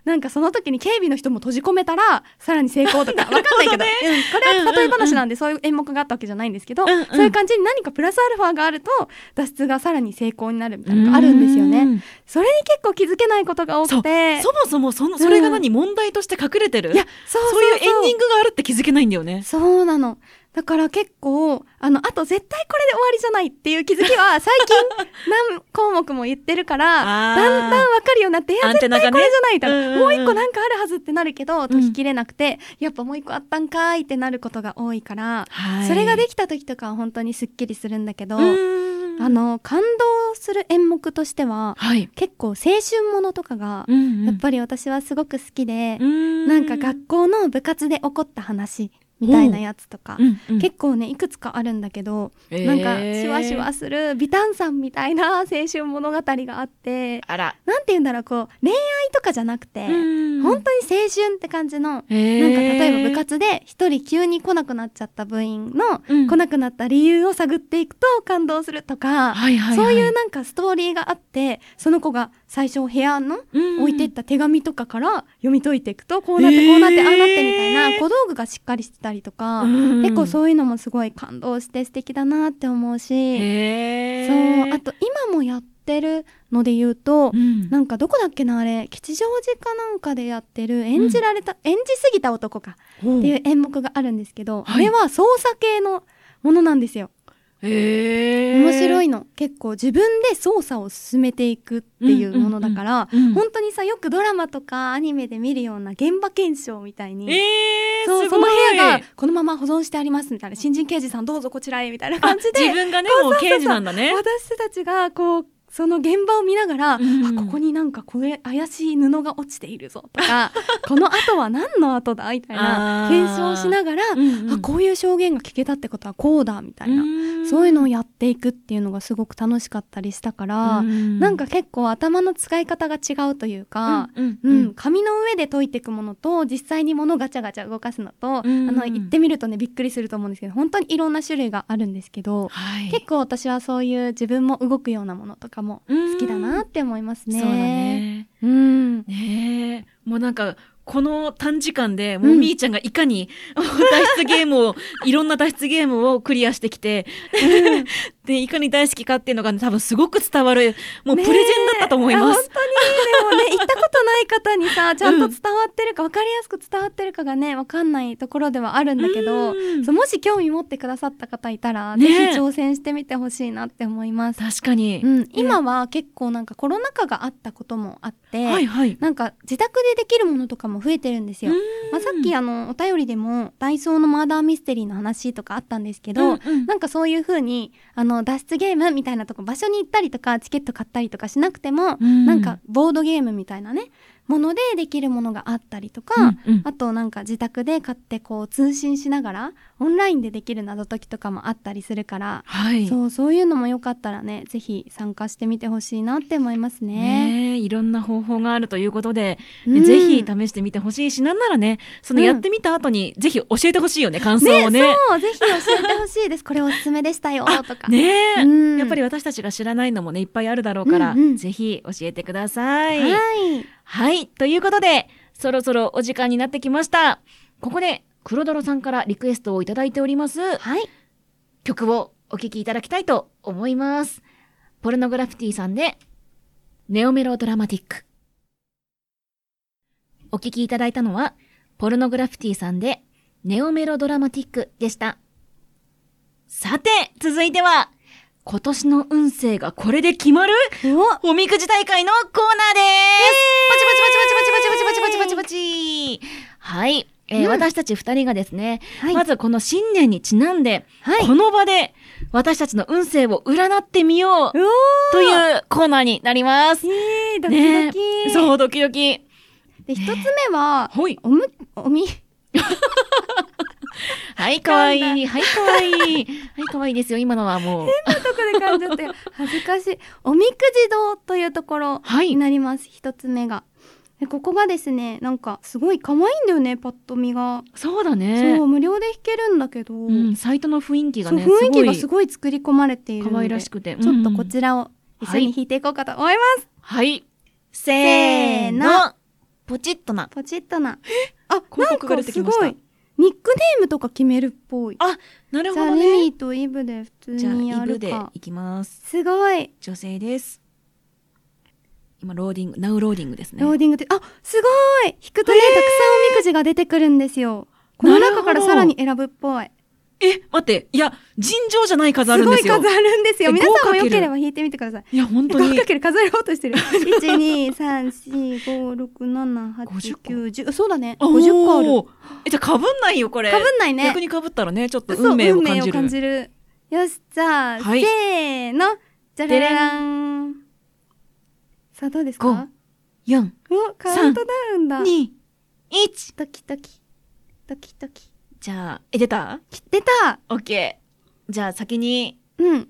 [SPEAKER 3] なんかその時に警備の人も閉じ込めたらさらに成功と かわかんないけど、うんこれは例え話なんでそういう演目があったわけじゃないんですけど、
[SPEAKER 2] うんうん
[SPEAKER 3] そういう感じに何かプラスアルファがあると脱出がさらに成功になるみたいなのがあるんですよね。
[SPEAKER 2] ね。
[SPEAKER 3] それに結構気づけないことが多くて。
[SPEAKER 2] そもそもそのそれが何問題として隠れてる
[SPEAKER 3] いや、そう
[SPEAKER 2] そういうエンディングがあるって気づけないんだよね。
[SPEAKER 3] そうなの。だから結構、あの、あと絶対これで終わりじゃないっていう気づき は最近何項目も言ってるから、
[SPEAKER 2] あー
[SPEAKER 3] だんだんわかるようになって、い
[SPEAKER 2] ア
[SPEAKER 3] や、
[SPEAKER 2] ン
[SPEAKER 3] 絶
[SPEAKER 2] テナ
[SPEAKER 3] 対
[SPEAKER 2] が
[SPEAKER 3] こ
[SPEAKER 2] ね
[SPEAKER 3] れじゃないみたいな、
[SPEAKER 2] うんうんうん
[SPEAKER 3] もう一個なんかあるはずってなるけど、解ききれなくて、やっぱもう一個あったんかいってなることが多いから、
[SPEAKER 2] は
[SPEAKER 3] それがで
[SPEAKER 2] き
[SPEAKER 3] きた時とかは本当にすっきりするんだけど、
[SPEAKER 2] あ
[SPEAKER 3] あ、の、感動する演目としては、
[SPEAKER 2] はい。
[SPEAKER 3] 結構青春ものとかが、やっぱり私はすごく好きで、
[SPEAKER 2] り、
[SPEAKER 3] なんか学校の部活で起こった話みたいなやつとか、
[SPEAKER 2] 結
[SPEAKER 3] 結構ねいくつかあるんだけど、
[SPEAKER 2] 構
[SPEAKER 3] なんかシュワシュワする美炭酸みたいな青春物語があって
[SPEAKER 2] あら、
[SPEAKER 3] なんて言うんだろうこう恋愛とかじゃなくて、本
[SPEAKER 2] 本
[SPEAKER 3] 当に青春って感じの。なん
[SPEAKER 2] 当
[SPEAKER 3] か例えば部活で一人急に来なくなっちゃった部員の
[SPEAKER 2] うん
[SPEAKER 3] 来なくなった理由を探っていくと感動するとか、
[SPEAKER 2] はいはいはい
[SPEAKER 3] そういうなんかストーリーがあってその子が最初部屋の
[SPEAKER 2] うん
[SPEAKER 3] 置いてった手紙とかから読み解いていくとこうなってこうなって、
[SPEAKER 2] えー
[SPEAKER 3] ああなってみたいな小道具がしっかりしてたりとか、
[SPEAKER 2] うん
[SPEAKER 3] 結構そういうのもすごい感動して素敵だなって思うし、
[SPEAKER 2] へー
[SPEAKER 3] そうあと今もやってるので言うと、
[SPEAKER 2] うん
[SPEAKER 3] なんかどこだっけなあれ吉祥寺かなんかでやってる演じられた、演じすぎた男かっていう演目があるんですけど、
[SPEAKER 2] はい
[SPEAKER 3] あれは操作系のものなんですよ
[SPEAKER 2] へー
[SPEAKER 3] 面白いの結構自分で操作を進めていくっていうものだから、
[SPEAKER 2] うんうんうんうん
[SPEAKER 3] 本当にさよくドラマとかアニメで見るような現場検証みたいに、
[SPEAKER 2] えー
[SPEAKER 3] そう
[SPEAKER 2] すご
[SPEAKER 3] その
[SPEAKER 2] い
[SPEAKER 3] 部屋がこのまま保存してありますみたいな新人刑事さんどうぞこちらへみたいな感じ
[SPEAKER 2] 自
[SPEAKER 3] で
[SPEAKER 2] 分がねもう刑事なんだね
[SPEAKER 3] 私たちがこうその現場を見ながら、
[SPEAKER 2] うん
[SPEAKER 3] あここになんかこれ怪しい布が落ちているぞと かこの後は何の後だみたいな
[SPEAKER 2] あー
[SPEAKER 3] 検証をしながら、
[SPEAKER 2] うんうん
[SPEAKER 3] あこういう証言が聞けたってことはこうだみたいな、
[SPEAKER 2] うん
[SPEAKER 3] そういうのをやっていくっていうのがすごく楽しかったりしたから、
[SPEAKER 2] うん
[SPEAKER 3] なんか結構頭の使い方が違うというか、
[SPEAKER 2] うん
[SPEAKER 3] うん紙の上で解いていくものと実際に物ガチャガチャ動かすのと、
[SPEAKER 2] うん
[SPEAKER 3] あの言ってみるとねびっくりすると思うんですけど本当にいろんな種類があるんですけど、
[SPEAKER 2] はい
[SPEAKER 3] 結構私はそういう自分も動くようなものとかも
[SPEAKER 2] 好
[SPEAKER 3] 好きだなって思いますね。
[SPEAKER 2] そうだね
[SPEAKER 3] うん
[SPEAKER 2] ねえもうなんかこの短時間でもうみーちゃんがいか に脱出ゲームをいろんな脱出ゲームをクリアしてきて、 で、いかに大好きかっていうのが、ね、多分すごく伝わる、もうプレゼンだったと思います。
[SPEAKER 3] ねえ本当に、でもね、行ったことない方に さ、ちゃんと伝わってるか、わかりやすく伝わってるかがね、わかんないところではあるんだけど、
[SPEAKER 2] うん
[SPEAKER 3] そうもし興味持ってくださった方いたら、
[SPEAKER 2] ねえ
[SPEAKER 3] ぜひ挑戦してみてほしいなって思います。
[SPEAKER 2] 確かに。
[SPEAKER 3] うん、今は結構なんかコロナ禍があったこともあって、
[SPEAKER 2] はいはい。
[SPEAKER 3] なんか自宅でできるものとかも増えてるんですよ。まあ、さっき
[SPEAKER 2] や
[SPEAKER 3] あのお便りでもダイソーのマーダーミステリーの話とかあったんですけど、なんかそういう風にあの脱出ゲームみたいなとこ場所に行ったりとかチケット買ったりとかしなくても、なんか、ボードゲームみたいなねものでできるものがあったりとか、
[SPEAKER 2] うんうん
[SPEAKER 3] あとなんか自宅で買ってこう通信しながらオンラインでできる謎解きとかもあったりするから、
[SPEAKER 2] はい。
[SPEAKER 3] そうそういうのもよかったらねぜひ参加してみてほしいなって思いますね。
[SPEAKER 2] ねえいろんな方法があるということで、
[SPEAKER 3] うん
[SPEAKER 2] ぜひ試してみてほしいし、なんならね、その
[SPEAKER 3] うん
[SPEAKER 2] やってみた後に、ぜひ教えてほしいよね、感想をね。
[SPEAKER 3] そうぜひ教えてほしい ですこれおすすめでしたよとか。
[SPEAKER 2] ねえ、
[SPEAKER 3] うん
[SPEAKER 2] やっぱり私たちが知らないのもね、いっぱいあるだろうから、
[SPEAKER 3] うんうん
[SPEAKER 2] ぜひ教えてください。
[SPEAKER 3] はい
[SPEAKER 2] はい。ということで、そろそろお時間になってきました。ここで、黒泥さんからリクエストをいただいております。
[SPEAKER 3] はい。
[SPEAKER 2] 曲をお聴きいただきたいと思います。ポルノグラフィティさんで、ネオメロドラマティック。お聴きいただいたのは、ポルノグラフィティさんで、ネオメロドラマティックでした。さて、続いては、今年の運勢がこれで決まる
[SPEAKER 3] お
[SPEAKER 2] おみくじ大会のコーナーです、パチパチパチパチパチパチパチパチパチパチパチはい、えー
[SPEAKER 3] うん
[SPEAKER 2] 私たち二人がですね、
[SPEAKER 3] はい
[SPEAKER 2] まずこの新年にちなんで、
[SPEAKER 3] はい
[SPEAKER 2] この場で私たちの運勢を占ってみよう
[SPEAKER 3] お
[SPEAKER 2] というコーナーになります。
[SPEAKER 3] えー、ドキドキ、
[SPEAKER 2] ねそう、ドキドキ。
[SPEAKER 3] で一つ目は、
[SPEAKER 2] ほい。
[SPEAKER 3] おむおみ
[SPEAKER 2] はい、かわいい。はい、かわいい。はい、かわいいですよ。今のはもう。
[SPEAKER 3] とこで感じゃって恥ずかしいおみくじ堂というところ
[SPEAKER 2] は
[SPEAKER 3] に
[SPEAKER 2] い。
[SPEAKER 3] なります一つ目がでここがですねなんかすごい可愛いんだよねパッと見が、
[SPEAKER 2] そうだね。
[SPEAKER 3] そう無料で弾けるんだけど、
[SPEAKER 2] うん、サイトの雰囲気が
[SPEAKER 3] そう
[SPEAKER 2] ね、
[SPEAKER 3] 雰囲気がす
[SPEAKER 2] ご
[SPEAKER 3] ごい作り込まれている
[SPEAKER 2] い
[SPEAKER 3] ので
[SPEAKER 2] 可愛らしくて。
[SPEAKER 3] ちょっと
[SPEAKER 2] うん
[SPEAKER 3] こちらを一緒に弾いていこうかと思います、
[SPEAKER 2] はい。
[SPEAKER 3] せーの。
[SPEAKER 2] ポチッとな。
[SPEAKER 3] ポチッとなあ
[SPEAKER 2] 広告が出てきました
[SPEAKER 3] なんかすごいニックネームとか決めるっぽい
[SPEAKER 2] あ、なる
[SPEAKER 3] じゃあレミ。ーとイブで普通
[SPEAKER 2] じゃあ、
[SPEAKER 3] に
[SPEAKER 2] イ
[SPEAKER 3] や
[SPEAKER 2] ブ
[SPEAKER 3] る
[SPEAKER 2] で
[SPEAKER 3] か
[SPEAKER 2] いきます。
[SPEAKER 3] すごい
[SPEAKER 2] 女性です。今、ローディング、ナウローディングですね。
[SPEAKER 3] ローディングって、あ、すごい引くとね、
[SPEAKER 2] へー
[SPEAKER 3] たくさんおみくじが出てくるんですよ。この中からさらに選ぶっぽい。
[SPEAKER 2] え、待って、いや、尋常じゃない数あ
[SPEAKER 3] す
[SPEAKER 2] るん
[SPEAKER 3] ご
[SPEAKER 2] で
[SPEAKER 3] い
[SPEAKER 2] すよ。
[SPEAKER 3] 数あるんですよ。
[SPEAKER 2] え
[SPEAKER 3] 皆さんも
[SPEAKER 2] 5×
[SPEAKER 3] よければ引いてみてください。
[SPEAKER 2] いや、本当に。
[SPEAKER 3] 5×、数えようとしてる。1、2、3、4、5、6、7、8、9、10。そうだね。
[SPEAKER 2] あ
[SPEAKER 3] 50個ある。
[SPEAKER 2] おーえ、じゃあ、かぶんないよ、これ。
[SPEAKER 3] かぶんないね
[SPEAKER 2] 逆。にかぶったらね、ちょっと
[SPEAKER 3] そう
[SPEAKER 2] 運命を感じ
[SPEAKER 3] 運
[SPEAKER 2] る。
[SPEAKER 3] 命を感じる。よし、じゃあ、
[SPEAKER 2] はい
[SPEAKER 3] せーの。じゃらららん。さあ、どうですか
[SPEAKER 2] 4、
[SPEAKER 3] お、カウントダウンだ。
[SPEAKER 2] 2、1。
[SPEAKER 3] ドキドキ。ドキドキ。
[SPEAKER 2] じゃあ、え、出た
[SPEAKER 3] き出た
[SPEAKER 2] オッケー。じゃあ、先に、
[SPEAKER 3] うん。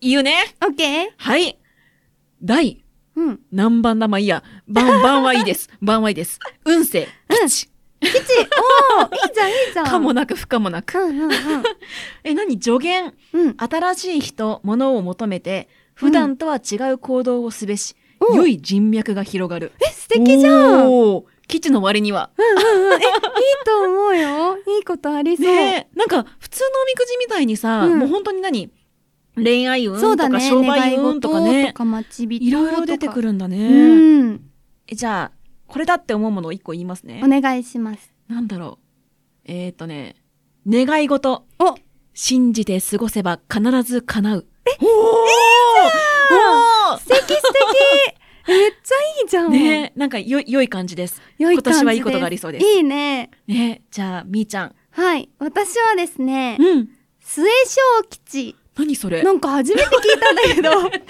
[SPEAKER 2] 言うね。
[SPEAKER 3] オッケー
[SPEAKER 2] はい。第
[SPEAKER 3] うん。
[SPEAKER 2] 何番だまあいいや。番、番はいい です。番はいいです。運勢、吉。
[SPEAKER 3] 吉おーいいじゃん、いいじゃん。
[SPEAKER 2] かもなく不可もなく。
[SPEAKER 3] うんうんうん。
[SPEAKER 2] え、何助言。
[SPEAKER 3] うん。
[SPEAKER 2] 新しい人、物を求めて、普段とは違う行動をすべし、
[SPEAKER 3] お
[SPEAKER 2] 良い人脈が広がる。
[SPEAKER 3] え、素敵じゃん。うんうん
[SPEAKER 2] おー基地の割には。
[SPEAKER 3] うん。え、いいと思う よ。いいことありそう。
[SPEAKER 2] ねえ。なんか、普通のおみくじみたいにさ、
[SPEAKER 3] うん
[SPEAKER 2] もう本当に何恋愛運
[SPEAKER 3] そう
[SPEAKER 2] と
[SPEAKER 3] だ
[SPEAKER 2] か
[SPEAKER 3] ね。
[SPEAKER 2] 商売運とか
[SPEAKER 3] 願い事
[SPEAKER 2] ね
[SPEAKER 3] と。か待ち人とか。
[SPEAKER 2] いろいろ出てく
[SPEAKER 3] る。
[SPEAKER 2] るんだ
[SPEAKER 3] う
[SPEAKER 2] ね。
[SPEAKER 3] ん。
[SPEAKER 2] えじゃあ、これだって思うものを一個言いますね
[SPEAKER 3] お。願いします。
[SPEAKER 2] なんだろう。えっ、ー、とね、願い事。
[SPEAKER 3] お
[SPEAKER 2] 信じて過ごせば必ず叶う。えおーお
[SPEAKER 3] 素敵 素敵めっちゃいいじゃ
[SPEAKER 2] ー
[SPEAKER 3] ん。
[SPEAKER 2] ねえ、なんかよ、良い感じです。
[SPEAKER 3] 良い感じ
[SPEAKER 2] 今年はいいことがありそうです
[SPEAKER 3] いいね。
[SPEAKER 2] ねえ、じゃあ、みーちゃん。
[SPEAKER 3] はい。私はですね、
[SPEAKER 2] うん。
[SPEAKER 3] 末小吉。
[SPEAKER 2] 何それ
[SPEAKER 3] なんか初めて聞いたんだけど、末
[SPEAKER 2] 何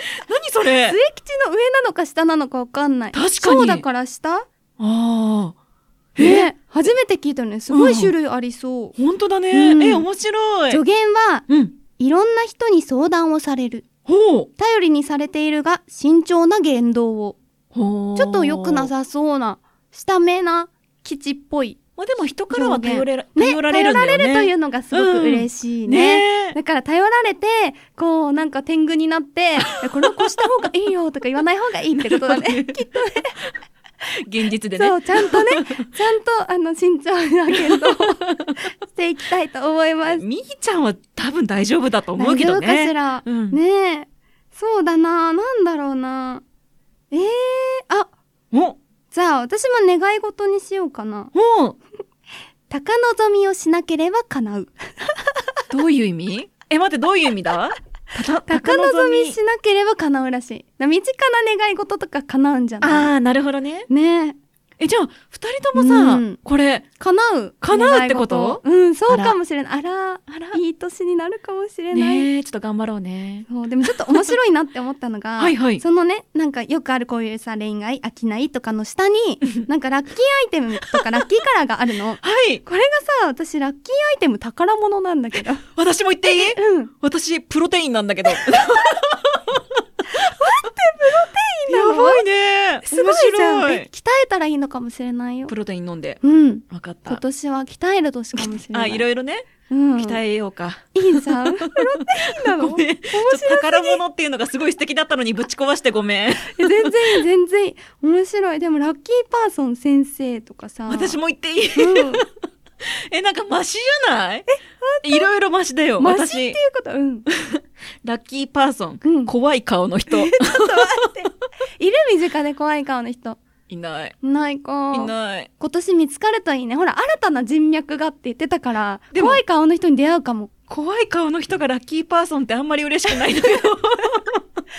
[SPEAKER 2] それ
[SPEAKER 3] 吉の上なのか下なのかわかんない。
[SPEAKER 2] 確かに
[SPEAKER 3] そうだから下
[SPEAKER 2] ああ。え
[SPEAKER 3] ね、初めて聞いたのねすごい種類ありそう、
[SPEAKER 2] 本当だね。
[SPEAKER 3] うん
[SPEAKER 2] え、面白い
[SPEAKER 3] 助。言は
[SPEAKER 2] うん。
[SPEAKER 3] いろんな人に相談をされる
[SPEAKER 2] ほう。
[SPEAKER 3] 頼りにされているが慎重な言動を
[SPEAKER 2] ほう。
[SPEAKER 3] ちょっと良くな。さそうな下目な基地っぽい、
[SPEAKER 2] まあ、でも人からは頼れら、
[SPEAKER 3] ね、
[SPEAKER 2] 頼られるんだよね。
[SPEAKER 3] 頼られるというのがすごく嬉しいね,、
[SPEAKER 2] ねえ
[SPEAKER 3] だから頼られてこうなんか天 狗になってこれをこうした方がいいよとか言わない方がいいってことだねきっとね
[SPEAKER 2] 現実でね
[SPEAKER 3] そう、ちゃんとね、ちゃんと、あの、慎重な検討をしていきたいと思います。
[SPEAKER 2] みーちゃんは多分大丈夫だと思うけどね。
[SPEAKER 3] 大丈夫かしら。
[SPEAKER 2] うん
[SPEAKER 3] ねえ。そうだな、なんだろうな。ええあ、
[SPEAKER 2] お、
[SPEAKER 3] じゃあ私も願い事にしようかな。
[SPEAKER 2] お、
[SPEAKER 3] 高望みをしなければ叶う。
[SPEAKER 2] どういう意味 え、待って、どういう意味だたた
[SPEAKER 3] 高望みしなければ叶うらしい。な身近な願い事とか叶うんじゃない
[SPEAKER 2] ああ、なるほどね。
[SPEAKER 3] ねえ。
[SPEAKER 2] え、じゃあ、二人ともさ、
[SPEAKER 3] うん
[SPEAKER 2] これ、
[SPEAKER 3] 叶う。
[SPEAKER 2] 叶うってこと
[SPEAKER 3] 願い事うん、そ
[SPEAKER 2] あ
[SPEAKER 3] う
[SPEAKER 2] ら
[SPEAKER 3] かもしれない。あら、
[SPEAKER 2] あら
[SPEAKER 3] いい年になるかもしれない。
[SPEAKER 2] ねえ、ちょっと頑張ろうね。
[SPEAKER 3] そうでもちょっと面白いなって思ったのが
[SPEAKER 2] はいはい
[SPEAKER 3] そのねなんかよくあるこういうさ恋愛飽きないとかの下になんかラッキーアイテムとかラッキーカラーがあるの
[SPEAKER 2] はい、
[SPEAKER 3] これがさ私ラッキーアイテム宝物なんだけど
[SPEAKER 2] 私も言っていい
[SPEAKER 3] うん
[SPEAKER 2] 私、プロテインなんだけど。待って、プロテ
[SPEAKER 3] なの
[SPEAKER 2] やばいね。
[SPEAKER 3] すごいじゃんえ
[SPEAKER 2] 面白い
[SPEAKER 3] 鍛えたらいいのかもしれないよ
[SPEAKER 2] プロテイン飲んで。
[SPEAKER 3] うん
[SPEAKER 2] わかった
[SPEAKER 3] 今。年は鍛える年かもしれない
[SPEAKER 2] あ、いろいろね、
[SPEAKER 3] うん、
[SPEAKER 2] 鍛えようか。
[SPEAKER 3] いいじゃんプロテインなの
[SPEAKER 2] ごめん。ちょっと宝物っていうのがすごい素敵だったのにぶち壊してごめん。
[SPEAKER 3] え全然いい全然いい面白いでもラッキーパーソン先生とかさ
[SPEAKER 2] 私
[SPEAKER 3] も、
[SPEAKER 2] も言っていい
[SPEAKER 3] うん、
[SPEAKER 2] え、なんかマシじゃないいろいろマシだよ。
[SPEAKER 3] マシってい
[SPEAKER 2] 私
[SPEAKER 3] う、ことうん
[SPEAKER 2] ラッキーパーソン、
[SPEAKER 3] うん
[SPEAKER 2] 怖い顔の人。
[SPEAKER 3] いる身近で怖い顔の人。
[SPEAKER 2] いない。
[SPEAKER 3] ないか。
[SPEAKER 2] いない。
[SPEAKER 3] 今年見つかるといいね。ほら、新たな人脈がって言ってたから、
[SPEAKER 2] でも
[SPEAKER 3] 怖い顔の人に出会うかも。
[SPEAKER 2] 怖い顔の人がラッキーパーソンってあんまり嬉しくないんだけど。
[SPEAKER 3] ね、顔が怖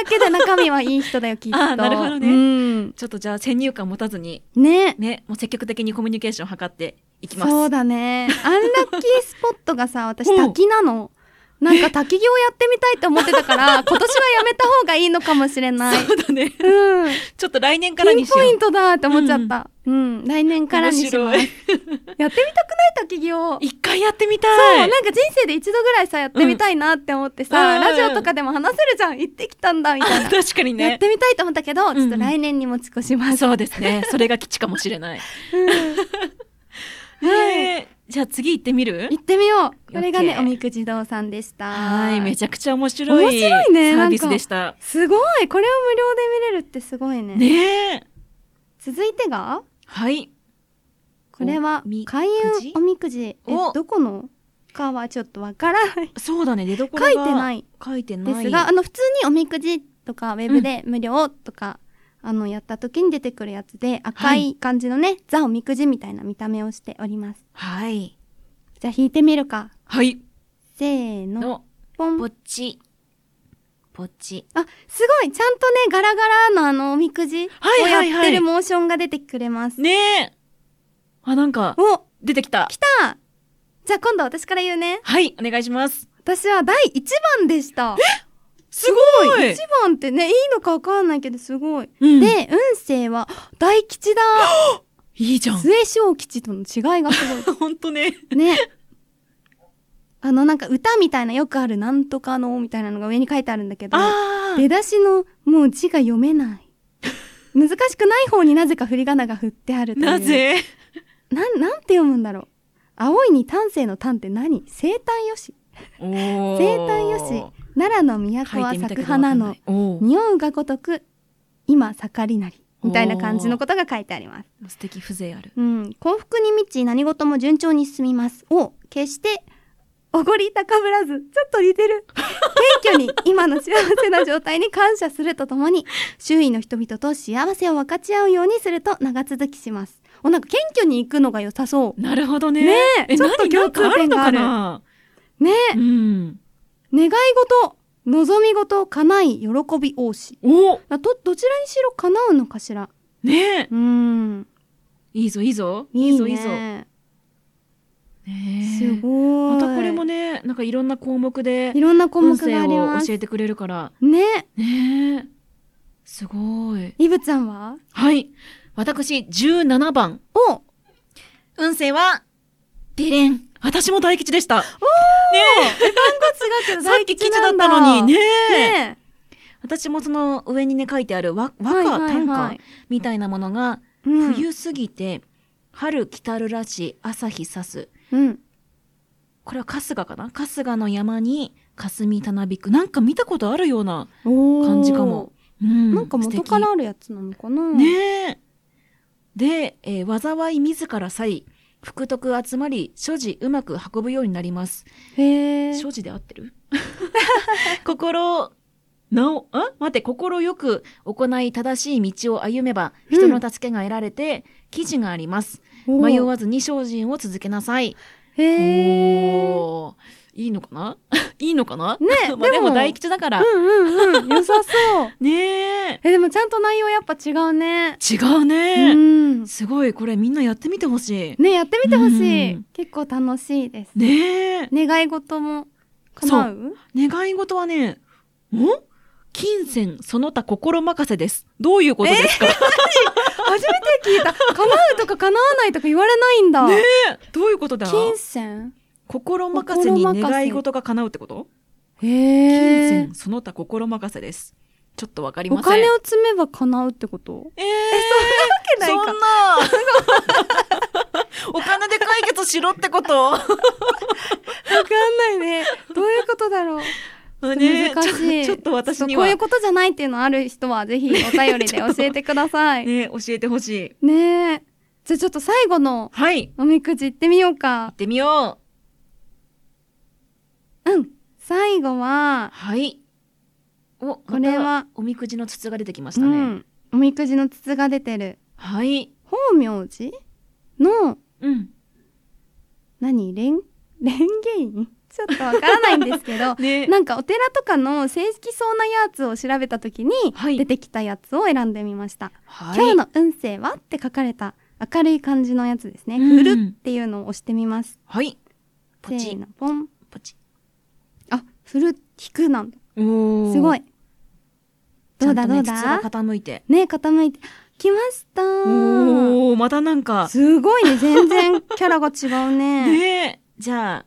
[SPEAKER 3] いだけで中身はいい人だよ、きっと。
[SPEAKER 2] あーなるほどね
[SPEAKER 3] うん。
[SPEAKER 2] ちょっとじゃあ先入観持たずに、
[SPEAKER 3] ね。
[SPEAKER 2] ね、もう積極的にコミュニケーションを図っていきます。
[SPEAKER 3] そうだね。アンラッキースポットが さ、私
[SPEAKER 2] うん
[SPEAKER 3] 滝なの。なんか滝行やってみたいって思ってた から、今年はやめた方がいいのかもしれない。
[SPEAKER 2] そうだね。
[SPEAKER 3] うん。
[SPEAKER 2] ちょっと来年から
[SPEAKER 3] ピ
[SPEAKER 2] に
[SPEAKER 3] ン
[SPEAKER 2] しよ
[SPEAKER 3] ポ
[SPEAKER 2] う。
[SPEAKER 3] イントだって思っちゃった。うん、来年からにします。
[SPEAKER 2] 面白い
[SPEAKER 3] やってみたくない滝行。
[SPEAKER 2] 一回やってみ
[SPEAKER 3] そう、
[SPEAKER 2] た。
[SPEAKER 3] ないんか人生で一度ぐらいさ、やってみたいなって思ってさ、
[SPEAKER 2] うん
[SPEAKER 3] ラジオとかでも話せるじゃん。行ってきたんだ、みたい
[SPEAKER 2] あ
[SPEAKER 3] な。
[SPEAKER 2] 確かに
[SPEAKER 3] やっ
[SPEAKER 2] ね。
[SPEAKER 3] てみたいと思ったけど、
[SPEAKER 2] ん
[SPEAKER 3] ちょっと来年に持ち越します。
[SPEAKER 2] そうですね。それが基地かもしれな い。
[SPEAKER 3] はい。
[SPEAKER 2] ねじゃあ次行ってみる
[SPEAKER 3] 行ってみよう。これがね、
[SPEAKER 2] OK
[SPEAKER 3] おみくじ堂さんでした。
[SPEAKER 2] はい、めちゃくちゃ面白い。
[SPEAKER 3] 面白いね
[SPEAKER 2] サービスでした。
[SPEAKER 3] すごいこれを無料で見れるってすごいね。
[SPEAKER 2] ねえ。
[SPEAKER 3] 続いてが、
[SPEAKER 2] はい。
[SPEAKER 3] これは
[SPEAKER 2] おみ、くじ
[SPEAKER 3] 開運おみくじ。え、
[SPEAKER 2] お
[SPEAKER 3] どこのかはちょっとわからない。
[SPEAKER 2] そうだね、出所
[SPEAKER 3] 書
[SPEAKER 2] が
[SPEAKER 3] いてない。
[SPEAKER 2] 書いてない。
[SPEAKER 3] ですが、あの、普通におみくじとか、ウェブで無料とか、あの、やった時に出てくるやつで、赤い感じのね、ザおみくじみたいな見た目をしております。
[SPEAKER 2] はい。
[SPEAKER 3] じゃあ引いてみるか。
[SPEAKER 2] はい。
[SPEAKER 3] せーの、
[SPEAKER 2] の、
[SPEAKER 3] ポン。
[SPEAKER 2] ぼ
[SPEAKER 3] あ、
[SPEAKER 2] っち。ぼっち。
[SPEAKER 3] すごいちゃんとね、ガラガラのあの、おみくじ
[SPEAKER 2] は
[SPEAKER 3] を
[SPEAKER 2] い
[SPEAKER 3] や
[SPEAKER 2] はいはい
[SPEAKER 3] ってるモーションが出てくれます。
[SPEAKER 2] ねえ。あ、なんか、
[SPEAKER 3] お、
[SPEAKER 2] 出てきた
[SPEAKER 3] 来。たじゃあ今度私から言うね。
[SPEAKER 2] はい、お願いします。
[SPEAKER 3] 私は第1番でした。
[SPEAKER 2] すごい
[SPEAKER 3] 1番ってね、いいのかわかんないけど、すごい。
[SPEAKER 2] うん
[SPEAKER 3] で、運勢は、大吉 だ
[SPEAKER 2] いいじゃん。
[SPEAKER 3] 末小吉との違いがすごい。
[SPEAKER 2] ほんとね。
[SPEAKER 3] ね。あの、なんか歌みたいなよくあるなんとかのみたいなのが上に書いてあるんだけど、
[SPEAKER 2] あ
[SPEAKER 3] 出だしのもう字が読めない。難しくない方になぜか振り仮名が振ってあるという。
[SPEAKER 2] なぜ
[SPEAKER 3] なん、なんて読むんだろう。青いに丹精の丹って何生誕よし。
[SPEAKER 2] おー
[SPEAKER 3] 生誕よし。奈良の都は咲く花の。
[SPEAKER 2] おー
[SPEAKER 3] 匂うがごとく、今盛りなり。みたいな感じのことが書いてあります。
[SPEAKER 2] 素敵風情ある。
[SPEAKER 3] うん、幸福に満ち何事も順調に進みますを決しておごり高ぶらずちょっと似てる謙虚 に今の幸せな状態に感謝するとともに周囲の人々と幸せを分かち合うようにすると長続きしますおなんか謙虚に行くのが良さそ
[SPEAKER 2] なるほどね。
[SPEAKER 3] ねえ
[SPEAKER 2] え、
[SPEAKER 3] ちょっと
[SPEAKER 2] 何なんかあるのか
[SPEAKER 3] 共通点
[SPEAKER 2] な
[SPEAKER 3] うねえ
[SPEAKER 2] うん。
[SPEAKER 3] 願い事望み事叶い喜び応し
[SPEAKER 2] お
[SPEAKER 3] あとどちらにしろ叶うのかしら
[SPEAKER 2] ねえ
[SPEAKER 3] うん
[SPEAKER 2] いいぞいいぞ。
[SPEAKER 3] い
[SPEAKER 2] いい
[SPEAKER 3] い
[SPEAKER 2] ぞいいぞ。ね
[SPEAKER 3] ね
[SPEAKER 2] え
[SPEAKER 3] すごい
[SPEAKER 2] またこれもね、なんかいろんな項目で
[SPEAKER 3] いろんな項目
[SPEAKER 2] 音
[SPEAKER 3] が
[SPEAKER 2] 声
[SPEAKER 3] ありま
[SPEAKER 2] を
[SPEAKER 3] す
[SPEAKER 2] 教えてくれるから。
[SPEAKER 3] ねえ
[SPEAKER 2] ねえ。すごい。
[SPEAKER 3] イブちゃんは
[SPEAKER 2] はい。私、17番。
[SPEAKER 3] お
[SPEAKER 2] 運勢は、デレン。私も大吉でした。ね
[SPEAKER 3] 違うけ
[SPEAKER 2] え
[SPEAKER 3] ど
[SPEAKER 2] さっき吉だったのにねえ。
[SPEAKER 3] ね
[SPEAKER 2] 私もその上にね、書いてある和、和
[SPEAKER 3] はい
[SPEAKER 2] 歌、
[SPEAKER 3] はい
[SPEAKER 2] 短
[SPEAKER 3] は
[SPEAKER 2] 歌
[SPEAKER 3] い
[SPEAKER 2] みたいなものが、
[SPEAKER 3] うん
[SPEAKER 2] 冬過ぎて、春来たるらし朝日さす。
[SPEAKER 3] うん
[SPEAKER 2] これは春日かな春日の山に霞たなびく。なんか見たことあるような
[SPEAKER 3] おー
[SPEAKER 2] 感じかも。うん
[SPEAKER 3] なんか元からあるやつなのかな、
[SPEAKER 2] 素敵ねえで、えー災い自らさい福徳集まり所持うまく運ぶようになります
[SPEAKER 3] へえ
[SPEAKER 2] 所持で合ってる 心なお、あ待って、心よく行い正しい道を歩めば、
[SPEAKER 3] うん
[SPEAKER 2] 人の助けが得られて、記事があります。迷わずに精進を続けなさい。
[SPEAKER 3] へえ
[SPEAKER 2] おーいいのかな いいのかな
[SPEAKER 3] ね
[SPEAKER 2] まあ
[SPEAKER 3] で
[SPEAKER 2] で
[SPEAKER 3] も
[SPEAKER 2] も大吉だから。
[SPEAKER 3] うんうんうん良さそう
[SPEAKER 2] ねえ。
[SPEAKER 3] えでもちゃんと内容やっぱ違うね
[SPEAKER 2] 違う
[SPEAKER 3] う
[SPEAKER 2] ね。
[SPEAKER 3] ん
[SPEAKER 2] すごい、これみんなやってみてほし
[SPEAKER 3] ねやってみてほし
[SPEAKER 2] うん
[SPEAKER 3] い結構楽しいです
[SPEAKER 2] い。ねえ。
[SPEAKER 3] 願い事も叶う
[SPEAKER 2] 願い事はね、ん金銭その他心任せです。どういうことですか、
[SPEAKER 3] 初めて聞いた叶うとか叶わないとか言われないんだ、
[SPEAKER 2] ねえどういうことだ
[SPEAKER 3] 金銭
[SPEAKER 2] 心任せに
[SPEAKER 3] 心任せ
[SPEAKER 2] 願い事が叶うってこと
[SPEAKER 3] へ
[SPEAKER 2] 金
[SPEAKER 3] え
[SPEAKER 2] 銭その他心任せです。ちょっとわかり
[SPEAKER 3] お
[SPEAKER 2] ません。
[SPEAKER 3] 金を詰めば叶うってこと
[SPEAKER 2] え
[SPEAKER 3] わけ
[SPEAKER 2] ー、 そんなお金で解決しろって こと
[SPEAKER 3] わかんないねどういうことだろう
[SPEAKER 2] ね
[SPEAKER 3] 難しい
[SPEAKER 2] ちょちょっと私に
[SPEAKER 3] こ
[SPEAKER 2] は
[SPEAKER 3] ういうことじゃないっていうのある人はぜひお便りで教えてくださいね
[SPEAKER 2] ね教えてほしい。
[SPEAKER 3] えじゃあちょっと最後の
[SPEAKER 2] はい。行
[SPEAKER 3] おみくじ行ってみようか
[SPEAKER 2] ってみよう。
[SPEAKER 3] うん最後は、
[SPEAKER 2] はい。お、こ
[SPEAKER 3] れは
[SPEAKER 2] おみくじの筒が出てきましたね。
[SPEAKER 3] うんおみくじの筒が出てる
[SPEAKER 2] はい。
[SPEAKER 3] 法明寺の
[SPEAKER 2] うん。
[SPEAKER 3] 何蓮 蓮華院 ちょっとわからないんですけ ど
[SPEAKER 2] ね
[SPEAKER 3] なんかお寺とかの正式そうなやつを調べた時に
[SPEAKER 2] はい
[SPEAKER 3] 出てきたやつを選んでみました、
[SPEAKER 2] はい、
[SPEAKER 3] 今日の運勢はって書かれた明るい感じのやつですね、
[SPEAKER 2] うん
[SPEAKER 3] ふるっていうのを押してみます
[SPEAKER 2] は
[SPEAKER 3] せ
[SPEAKER 2] い。ポ
[SPEAKER 3] ー
[SPEAKER 2] チ
[SPEAKER 3] のポン
[SPEAKER 2] ポチ。
[SPEAKER 3] あふる引くなんだ
[SPEAKER 2] おー
[SPEAKER 3] すごい
[SPEAKER 2] ち
[SPEAKER 3] ど
[SPEAKER 2] ゃ
[SPEAKER 3] うん
[SPEAKER 2] と
[SPEAKER 3] だど
[SPEAKER 2] ね
[SPEAKER 3] うだ
[SPEAKER 2] 筒が傾いて。
[SPEAKER 3] ね傾いて来ました
[SPEAKER 2] おー、またなんか。
[SPEAKER 3] すごいね全然キャラが違うね
[SPEAKER 2] ねえ。じゃあ、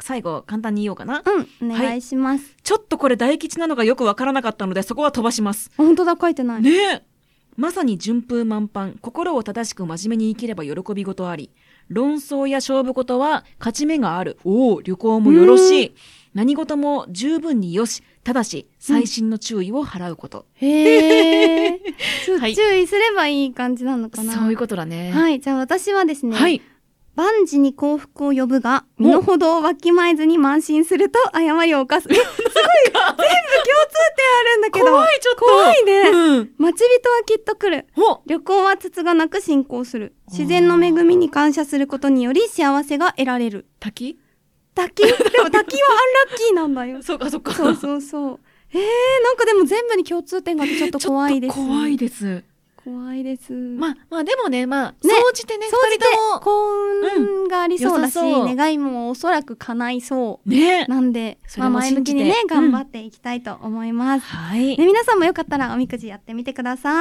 [SPEAKER 2] 最後、簡単に言おうかな。
[SPEAKER 3] うんお願いします、
[SPEAKER 2] ちょっとこれ大吉なのがよくわからなかったので、そこは飛ばします。
[SPEAKER 3] あ本当だ書いてない、
[SPEAKER 2] ねえ。まさに順風満帆、心を正しく真面目に生きれば喜び事あり。論争や勝負事は勝ち目がある。おお、旅行もよろしい。何事も十分によし。ただし、細心の注意を払うこと。
[SPEAKER 3] へえそう
[SPEAKER 2] はい
[SPEAKER 3] 注意すればいい感じなのかな
[SPEAKER 2] そういうことだね。
[SPEAKER 3] はいじゃあ私はですね、
[SPEAKER 2] はい。
[SPEAKER 3] 万事に幸福を呼ぶが、
[SPEAKER 2] お
[SPEAKER 3] 身の程をわきまえずに慢心すると誤りを犯す。えすごい全部共通点あるんだけど。
[SPEAKER 2] 怖い、ちょっと。
[SPEAKER 3] 怖いね
[SPEAKER 2] うん。
[SPEAKER 3] 待ち人はきっと来る。
[SPEAKER 2] お
[SPEAKER 3] 旅行は筒がなく進行する。自然の恵みに感謝することにより幸せが得られる。
[SPEAKER 2] 滝
[SPEAKER 3] 滝でも滝はアンラッキーなんだよ。
[SPEAKER 2] そうか、そうか。
[SPEAKER 3] そうそうそう。えー、なんかでも全部に共通点があってちょっと怖いです。
[SPEAKER 2] ちょっと怖いです。
[SPEAKER 3] 怖いです。
[SPEAKER 2] まあ、まあでもね、まあ、
[SPEAKER 3] ね
[SPEAKER 2] 総じてね、
[SPEAKER 3] そう
[SPEAKER 2] 二
[SPEAKER 3] じて
[SPEAKER 2] 人とも。
[SPEAKER 3] 幸運がありそうだし、
[SPEAKER 2] うん良さそう
[SPEAKER 3] 願いもおそらく叶いそう。
[SPEAKER 2] ね
[SPEAKER 3] なんで、
[SPEAKER 2] そ
[SPEAKER 3] ま
[SPEAKER 2] れ
[SPEAKER 3] あ、
[SPEAKER 2] も
[SPEAKER 3] 前向
[SPEAKER 2] 信
[SPEAKER 3] き
[SPEAKER 2] じ
[SPEAKER 3] に
[SPEAKER 2] て
[SPEAKER 3] ね、
[SPEAKER 2] う
[SPEAKER 3] 頑
[SPEAKER 2] ん
[SPEAKER 3] 張っていきたいと思います。
[SPEAKER 2] はい
[SPEAKER 3] ね、。皆さんもよかったらおみくじやってみてくださ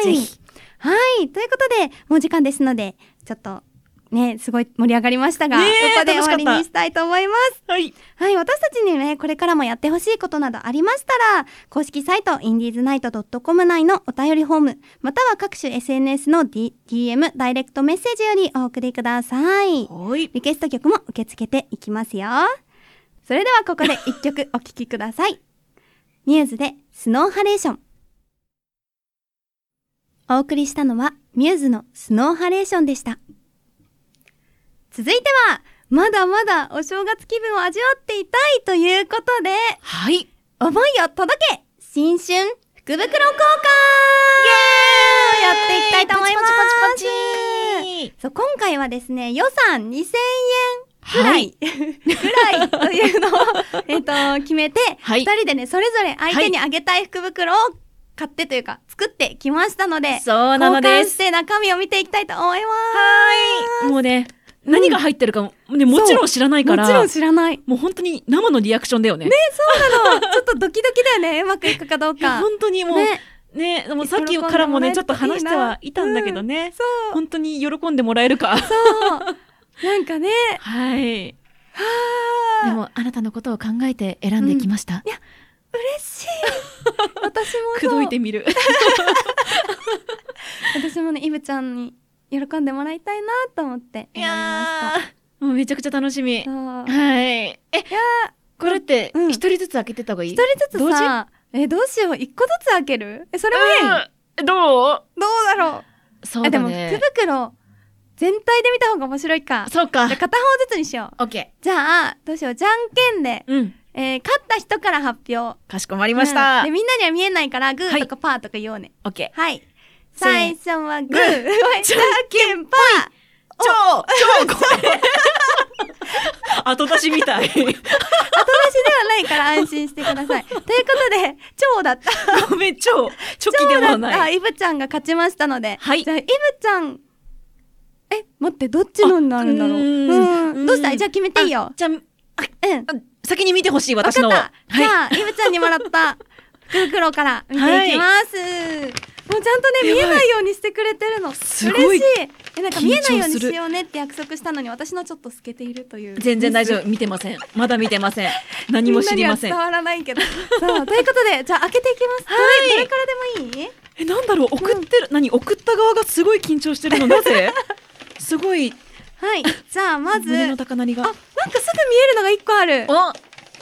[SPEAKER 3] い。
[SPEAKER 2] ぜひ。
[SPEAKER 3] はい。ということで、もう時間ですので、ちょっと、ね、すごい盛り上がりましたが、こ
[SPEAKER 2] ねえ
[SPEAKER 3] こで終わ
[SPEAKER 2] 楽し
[SPEAKER 3] り
[SPEAKER 2] かった
[SPEAKER 3] にしたいと思います。
[SPEAKER 2] はい。
[SPEAKER 3] はい、私たちにね、これからもやってほしいことなどありましたら、公式サイト、インディーズナイト .com 内のお便りフォーム、または各種 SNS の、D、DM、ダイレクトメッセージよりお送りください。
[SPEAKER 2] はい。
[SPEAKER 3] リクエスト曲も受け付けていきますよ。それではここで 一曲お聴きください。ミューズでスノーハレーション。お送りしたのはミューズのスノーハレーションでした。続いては、まだまだお正月気分を味わっていたいということで、
[SPEAKER 2] はい。
[SPEAKER 3] 思いを届け新春福袋交換やっていきたいと思います
[SPEAKER 2] パチパチパチ
[SPEAKER 3] そう今回はですね、予算2000円ぐら
[SPEAKER 2] はいい、
[SPEAKER 3] ぐらいというのを、えっと、決めて、二、
[SPEAKER 2] はい
[SPEAKER 3] 人でね、それぞれ相手にあげたい福袋を買ってというか、作ってきましたので、
[SPEAKER 2] そうなので
[SPEAKER 3] 交換し
[SPEAKER 2] す。
[SPEAKER 3] て中身を見ていきたいと思います。
[SPEAKER 2] はい。もうね、何が入ってるかも、ね、もちろん知らないから。
[SPEAKER 3] もちろん知らない。
[SPEAKER 2] もう本当に生のリアクションだよね。ね
[SPEAKER 3] そうなの。ちょっとドキドキだよね。うまくいくかどう
[SPEAKER 2] いや
[SPEAKER 3] か。
[SPEAKER 2] 本当にもう、
[SPEAKER 3] ね、
[SPEAKER 2] ね、もうさっきからもね、
[SPEAKER 3] 喜
[SPEAKER 2] ちょ
[SPEAKER 3] ん
[SPEAKER 2] っ
[SPEAKER 3] で
[SPEAKER 2] と
[SPEAKER 3] もらえるといいな
[SPEAKER 2] 話してはいたんだけどね。
[SPEAKER 3] そう。
[SPEAKER 2] 本当に喜んでもらえるか。
[SPEAKER 3] そう。なんかね、
[SPEAKER 2] はい。
[SPEAKER 3] はあ、
[SPEAKER 2] でも、あなたのことを考えて選んできました。
[SPEAKER 3] 嬉しい。私もそう
[SPEAKER 2] 口説いてみ る。
[SPEAKER 3] 私もね、イブちゃんに喜んでもらいたいなと思って選びまし
[SPEAKER 2] ー、 もうめちゃくちゃ楽しみ。
[SPEAKER 3] た。そう
[SPEAKER 2] はい。え、これって、
[SPEAKER 3] うん
[SPEAKER 2] 一人ずつ開けてた方がいい
[SPEAKER 3] 一人ずつさ、え、どうしよう。一個ずつ開けるえ、それも変。
[SPEAKER 2] うんどう
[SPEAKER 3] どうだろう。
[SPEAKER 2] そ
[SPEAKER 3] あ
[SPEAKER 2] う
[SPEAKER 3] で
[SPEAKER 2] だ
[SPEAKER 3] も、
[SPEAKER 2] ね
[SPEAKER 3] 手。袋、全体で見た方が面白いか。じ
[SPEAKER 2] そうか
[SPEAKER 3] ゃあ。片方ずつにしよう。
[SPEAKER 2] オッケ
[SPEAKER 3] じゃあ、どうしよう。じゃんけんで、
[SPEAKER 2] ー。うん。
[SPEAKER 3] えー勝った人から発表。
[SPEAKER 2] かしこまりました
[SPEAKER 3] うんで、。みんなには見えないから、グーとかパーとか言おうね。
[SPEAKER 2] オッケー。
[SPEAKER 3] はい。
[SPEAKER 2] せー
[SPEAKER 3] 最初はグ
[SPEAKER 2] グ
[SPEAKER 3] ー、じゃんけんパー。
[SPEAKER 2] 超超こ れ後出しみたい。
[SPEAKER 3] 後出しではないから安心してくだ さい。ということで、超だった。
[SPEAKER 2] ご めん、超。チョキで
[SPEAKER 3] 超だ
[SPEAKER 2] は
[SPEAKER 3] っ
[SPEAKER 2] な
[SPEAKER 3] た。
[SPEAKER 2] い。
[SPEAKER 3] イブちゃんが勝ちましたので。
[SPEAKER 2] はい
[SPEAKER 3] じゃあ、イブちゃん、え、待って、どっちのになるんだろう。
[SPEAKER 2] あう
[SPEAKER 3] うん
[SPEAKER 2] ん
[SPEAKER 3] どうしたいじゃあ決めていい
[SPEAKER 2] あ
[SPEAKER 3] よ。
[SPEAKER 2] じゃあ、
[SPEAKER 3] うん。
[SPEAKER 2] あ先に見てほしい、
[SPEAKER 3] わ
[SPEAKER 2] 私
[SPEAKER 3] か
[SPEAKER 2] の
[SPEAKER 3] っ
[SPEAKER 2] を。
[SPEAKER 3] た。じ
[SPEAKER 2] い。
[SPEAKER 3] ゃあ、イブちゃんにもらった 福袋から見ていきます。もうちゃんとね、見えないようにしてくれてるの。
[SPEAKER 2] すごい
[SPEAKER 3] 嬉しい。え、なんか見えないよう
[SPEAKER 2] 緊
[SPEAKER 3] に
[SPEAKER 2] 張する
[SPEAKER 3] しようねって約束したのに、私のちょっと透けているという。
[SPEAKER 2] 全然大丈
[SPEAKER 3] ミス。
[SPEAKER 2] 夫。見てません。まだ見てませ ん。何も知りません
[SPEAKER 3] みんなに。は伝わらないけど。 そう、ということで、じゃあ開けていきます。
[SPEAKER 2] はい
[SPEAKER 3] どれどれからでもいい
[SPEAKER 2] え、なんだろう、送ってる、何、送った側がすごい緊張してるの、な ぜすごい、
[SPEAKER 3] はい。じゃあ、まず、あ、
[SPEAKER 2] 胸
[SPEAKER 3] なん
[SPEAKER 2] の
[SPEAKER 3] か
[SPEAKER 2] 高鳴りが。
[SPEAKER 3] すぐ見えるのが一個ある。
[SPEAKER 2] お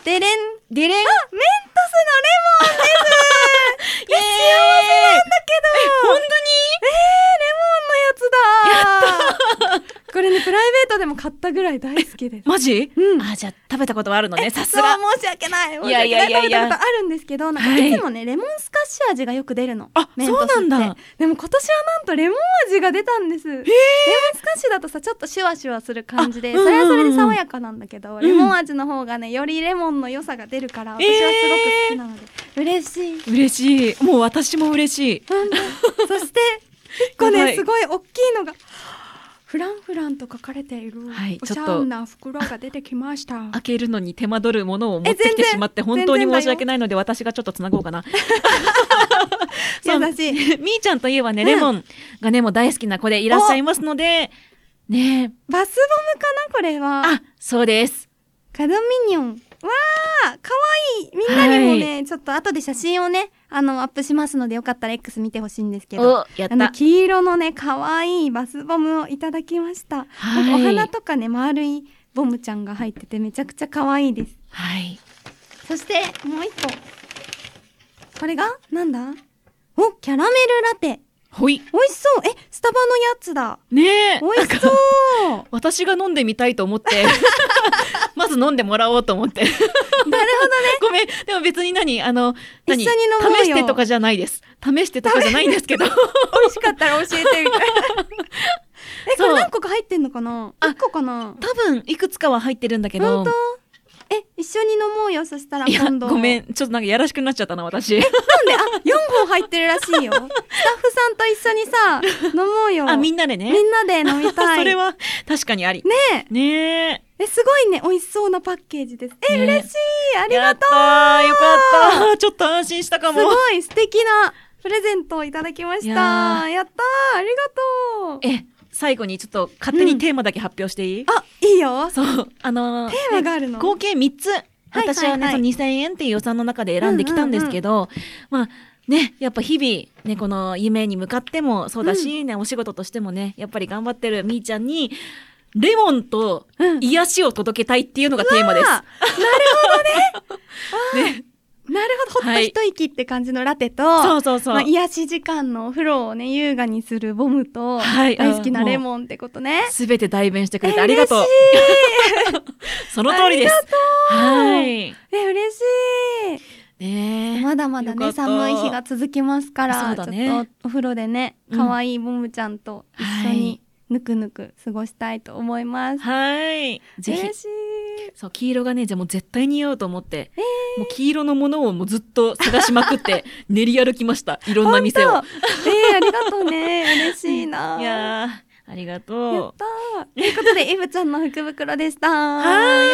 [SPEAKER 3] デレン。
[SPEAKER 2] デレン
[SPEAKER 3] あ、メントスのレモンです
[SPEAKER 2] イエー
[SPEAKER 3] だけどえー、レモ
[SPEAKER 2] イ本
[SPEAKER 3] ンのやつだやったこれね、プライベートでも買ったぐらい大好きです。
[SPEAKER 2] マジ
[SPEAKER 3] うん
[SPEAKER 2] あ、じゃあ食べたことはあるのね、さす
[SPEAKER 3] そう
[SPEAKER 2] が。
[SPEAKER 3] 申し訳ない。申し訳ない
[SPEAKER 2] いやいやいやい
[SPEAKER 3] 食
[SPEAKER 2] や
[SPEAKER 3] べたことあるんですけど、なんか
[SPEAKER 2] はい
[SPEAKER 3] いつもね、レモンスカッシュ味がよく出るの。
[SPEAKER 2] あ
[SPEAKER 3] メントスって
[SPEAKER 2] そうなんだ。
[SPEAKER 3] でも今年はなんとレモン味が出たんです。レモンスカッシュだとさ、ちょっとシュワシュワする感じで、
[SPEAKER 2] あう
[SPEAKER 3] そ
[SPEAKER 2] んうん
[SPEAKER 3] れ
[SPEAKER 2] うん
[SPEAKER 3] はそれで爽やかなんだけど、
[SPEAKER 2] ん
[SPEAKER 3] レモン味の方がね、よりレモンの良さが出るから、私はすごく好きなので、嬉しい。
[SPEAKER 2] 嬉しい。もう私も嬉しい。
[SPEAKER 3] なんだそして、一個
[SPEAKER 2] や
[SPEAKER 3] ね、
[SPEAKER 2] ばい
[SPEAKER 3] すごい大きいのが、フランフランと書かれている、
[SPEAKER 2] はい
[SPEAKER 3] お
[SPEAKER 2] ち
[SPEAKER 3] し
[SPEAKER 2] ょっ
[SPEAKER 3] ゃ
[SPEAKER 2] と
[SPEAKER 3] んな袋が出てきました。
[SPEAKER 2] 開けるのに手間取るものを持って
[SPEAKER 3] え
[SPEAKER 2] き
[SPEAKER 3] 全
[SPEAKER 2] て
[SPEAKER 3] 然
[SPEAKER 2] しまって、本当に
[SPEAKER 3] 全然だよ
[SPEAKER 2] 申し訳ないので、私がちょっとつなごう かな。そう
[SPEAKER 3] 優しい。
[SPEAKER 2] みーちゃんといえばね、
[SPEAKER 3] うん
[SPEAKER 2] レモンがね、もう大好きな子でいらっしゃいますので、ねえ
[SPEAKER 3] バスボムかなこれは。
[SPEAKER 2] あ、そうです。
[SPEAKER 3] カドミニオン。わーかわいいみんなにもね、
[SPEAKER 2] は
[SPEAKER 3] ちょっと後で写真をね、あの、アップしますので、よかったら X 見てほしいんですけど。
[SPEAKER 2] お、やっ
[SPEAKER 3] あの、
[SPEAKER 2] た。
[SPEAKER 3] 黄色のね、かわいいバスボムをいただきました。
[SPEAKER 2] はい
[SPEAKER 3] なんかお花とかね、丸いボムちゃんが入ってて、めちゃくちゃかわいいです。
[SPEAKER 2] はい。
[SPEAKER 3] そして、もう一個。これがなんだお、キャラメルラテ。
[SPEAKER 2] ほい。
[SPEAKER 3] 美味しそう。え、スタバのやつだ。
[SPEAKER 2] ねえ。
[SPEAKER 3] 美味しそう。
[SPEAKER 2] 私が飲んでみたいと 思って、まず飲んでもらおうと思って。なるほどね。 ごめん。でも別に何あの、何
[SPEAKER 3] 一緒に飲もうよ
[SPEAKER 2] 試してとかじゃないです。試してとかじゃないんですけど。
[SPEAKER 3] 美味しかったら教えてみたいな。え、こ
[SPEAKER 2] そう
[SPEAKER 3] れ何個か入ってんのかな
[SPEAKER 2] あ
[SPEAKER 3] ?1 個かな
[SPEAKER 2] 多分、いくつかは入ってるんだけ
[SPEAKER 3] 本
[SPEAKER 2] ど
[SPEAKER 3] 当。え、一緒に飲もうよ、そしたら
[SPEAKER 2] いや、
[SPEAKER 3] 今度。
[SPEAKER 2] ごめ
[SPEAKER 3] なんで、
[SPEAKER 2] ん。ちょっとなんかやらしくなっちゃったな、私。
[SPEAKER 3] あ、4本入ってるらしいよ。スタッフさんと一緒にさ、 飲もうよ。
[SPEAKER 2] あ、み
[SPEAKER 3] みん
[SPEAKER 2] んなでね。
[SPEAKER 3] なで飲みたい。
[SPEAKER 2] それは確かにあり。
[SPEAKER 3] ね
[SPEAKER 2] ねえ。
[SPEAKER 3] え、え、すごいね、美味しそうなパッケージです。え、
[SPEAKER 2] ね
[SPEAKER 3] 嬉しい。ありがとう。
[SPEAKER 2] やったーよかったーちょっと安心したか
[SPEAKER 3] す
[SPEAKER 2] も。
[SPEAKER 3] ごい素敵なプレゼントをいただきまし
[SPEAKER 2] いや
[SPEAKER 3] た。や
[SPEAKER 2] ー
[SPEAKER 3] ったーありがとう
[SPEAKER 2] え、最後にちょっと勝手
[SPEAKER 3] う
[SPEAKER 2] に
[SPEAKER 3] ん
[SPEAKER 2] テーマだけ発表していい、
[SPEAKER 3] あ、いいよテ
[SPEAKER 2] そう、あのー
[SPEAKER 3] ーマがあるの
[SPEAKER 2] 合計3つ。
[SPEAKER 3] はい
[SPEAKER 2] 私はね、
[SPEAKER 3] はいはい
[SPEAKER 2] その2000円っていう予算の中で選んできたんですけど、まあね、やっぱ日々、ね、この夢に向かってもそうだし、ね、お仕事としてもね、やっぱり頑張ってるみーちゃんに、レモンと
[SPEAKER 3] うん
[SPEAKER 2] 癒しを届けたいっていうのがテーマです。
[SPEAKER 3] あ
[SPEAKER 2] ね、
[SPEAKER 3] なるほど、ほっと一息って感じのラテと、
[SPEAKER 2] そうそうそう。
[SPEAKER 3] まあ、癒し時間のお風呂をね、優雅にするボムと、
[SPEAKER 2] はい
[SPEAKER 3] 大好きなレモンってことね。
[SPEAKER 2] すべて代弁してくれて
[SPEAKER 3] え
[SPEAKER 2] ありがとう
[SPEAKER 3] 嬉。
[SPEAKER 2] その通りです。はい。
[SPEAKER 3] え、嬉し
[SPEAKER 2] ね
[SPEAKER 3] い。
[SPEAKER 2] え
[SPEAKER 3] まだまだね、
[SPEAKER 2] よかった
[SPEAKER 3] 寒い日が続きますから、
[SPEAKER 2] そうだね
[SPEAKER 3] ちょっとお風呂でね、
[SPEAKER 2] うん
[SPEAKER 3] 可愛いボムちゃんと一緒にぬくぬく過ごしたいと思います。
[SPEAKER 2] はい。ぜひ
[SPEAKER 3] 嬉。しい。
[SPEAKER 2] そう、黄色がね、じゃあもう絶対似合うと思って、もう黄色のものをもうずっと探しまくって、練り歩きました。いろんな店を。
[SPEAKER 3] 本当えー、ありがとうね。嬉しいな。
[SPEAKER 2] いやー、ありが
[SPEAKER 3] やっ
[SPEAKER 2] とう。
[SPEAKER 3] たーということで、エブちゃんの福袋でした。
[SPEAKER 2] は
[SPEAKER 3] やっ
[SPEAKER 2] ー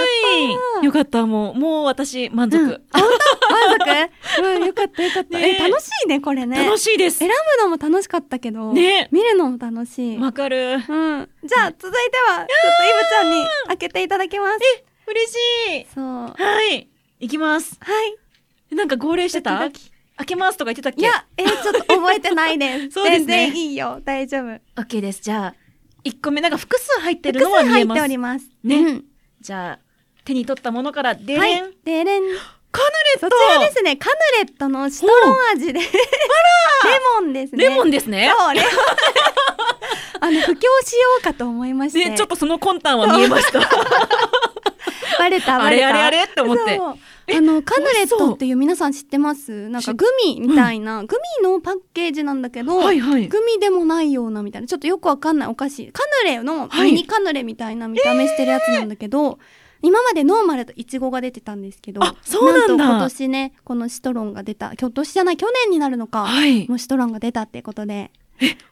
[SPEAKER 3] た
[SPEAKER 2] い。よかった、もう、もう私、満足。
[SPEAKER 3] うん満足うん、よかったよかった。
[SPEAKER 2] ね
[SPEAKER 3] え、楽しいね、これね。
[SPEAKER 2] 楽しいです
[SPEAKER 3] 選。ぶのも楽しかったけど、
[SPEAKER 2] ね
[SPEAKER 3] 見るのも楽しい。
[SPEAKER 2] わかる。
[SPEAKER 3] うん。じゃあ、続いては、ちょっとイブちゃんに開けていただきます。
[SPEAKER 2] 嬉しい。
[SPEAKER 3] そう。は
[SPEAKER 2] はい。いきます。
[SPEAKER 3] い。
[SPEAKER 2] なんか号令してた
[SPEAKER 3] ド
[SPEAKER 2] 開
[SPEAKER 3] キ
[SPEAKER 2] けますとか言ってたっけ
[SPEAKER 3] いや、えーちょっと覚えてないです。
[SPEAKER 2] そうです
[SPEAKER 3] 全
[SPEAKER 2] ね
[SPEAKER 3] 然いいよ。大丈夫。
[SPEAKER 2] OK です。じゃあ、1個目、なんか複数入って
[SPEAKER 3] 複
[SPEAKER 2] る
[SPEAKER 3] 数
[SPEAKER 2] のは見
[SPEAKER 3] 入
[SPEAKER 2] え
[SPEAKER 3] っ
[SPEAKER 2] ます
[SPEAKER 3] てお。ります。
[SPEAKER 2] ね
[SPEAKER 3] うん
[SPEAKER 2] じゃあ、手に取ったものから、で
[SPEAKER 3] は
[SPEAKER 2] れん、
[SPEAKER 3] い。でれん。
[SPEAKER 2] カヌレッ
[SPEAKER 3] そ
[SPEAKER 2] ト
[SPEAKER 3] ちらですね、カヌレットのシトロン味で。レモンですね。
[SPEAKER 2] レモンですね
[SPEAKER 3] そう、レモン。あの、布教しようかと思いまして。
[SPEAKER 2] でちょっとその魂胆は見えました
[SPEAKER 3] バレた、
[SPEAKER 2] あ
[SPEAKER 3] バレ
[SPEAKER 2] れ
[SPEAKER 3] た。
[SPEAKER 2] あれあれって思って
[SPEAKER 3] そう
[SPEAKER 2] え
[SPEAKER 3] あの、カヌレッ
[SPEAKER 2] 美味しそ
[SPEAKER 3] ト
[SPEAKER 2] う
[SPEAKER 3] っていう皆さん知ってますなんかグミみたいな、グミのパッケージなんだけど、
[SPEAKER 2] はいはい
[SPEAKER 3] グミでもないようなみたいな、ちょっとよくわかんないお菓子。カヌレの
[SPEAKER 2] はい
[SPEAKER 3] ミニカヌレみたいな見た目してるやつなんだけど、今までノーマルとイチゴが出てたんですけど、
[SPEAKER 2] あそうなんだ
[SPEAKER 3] と今年ね、このシトロンが出た、今年じゃない、去年になるのか、
[SPEAKER 2] はい
[SPEAKER 3] もうシトロンが出たってことで、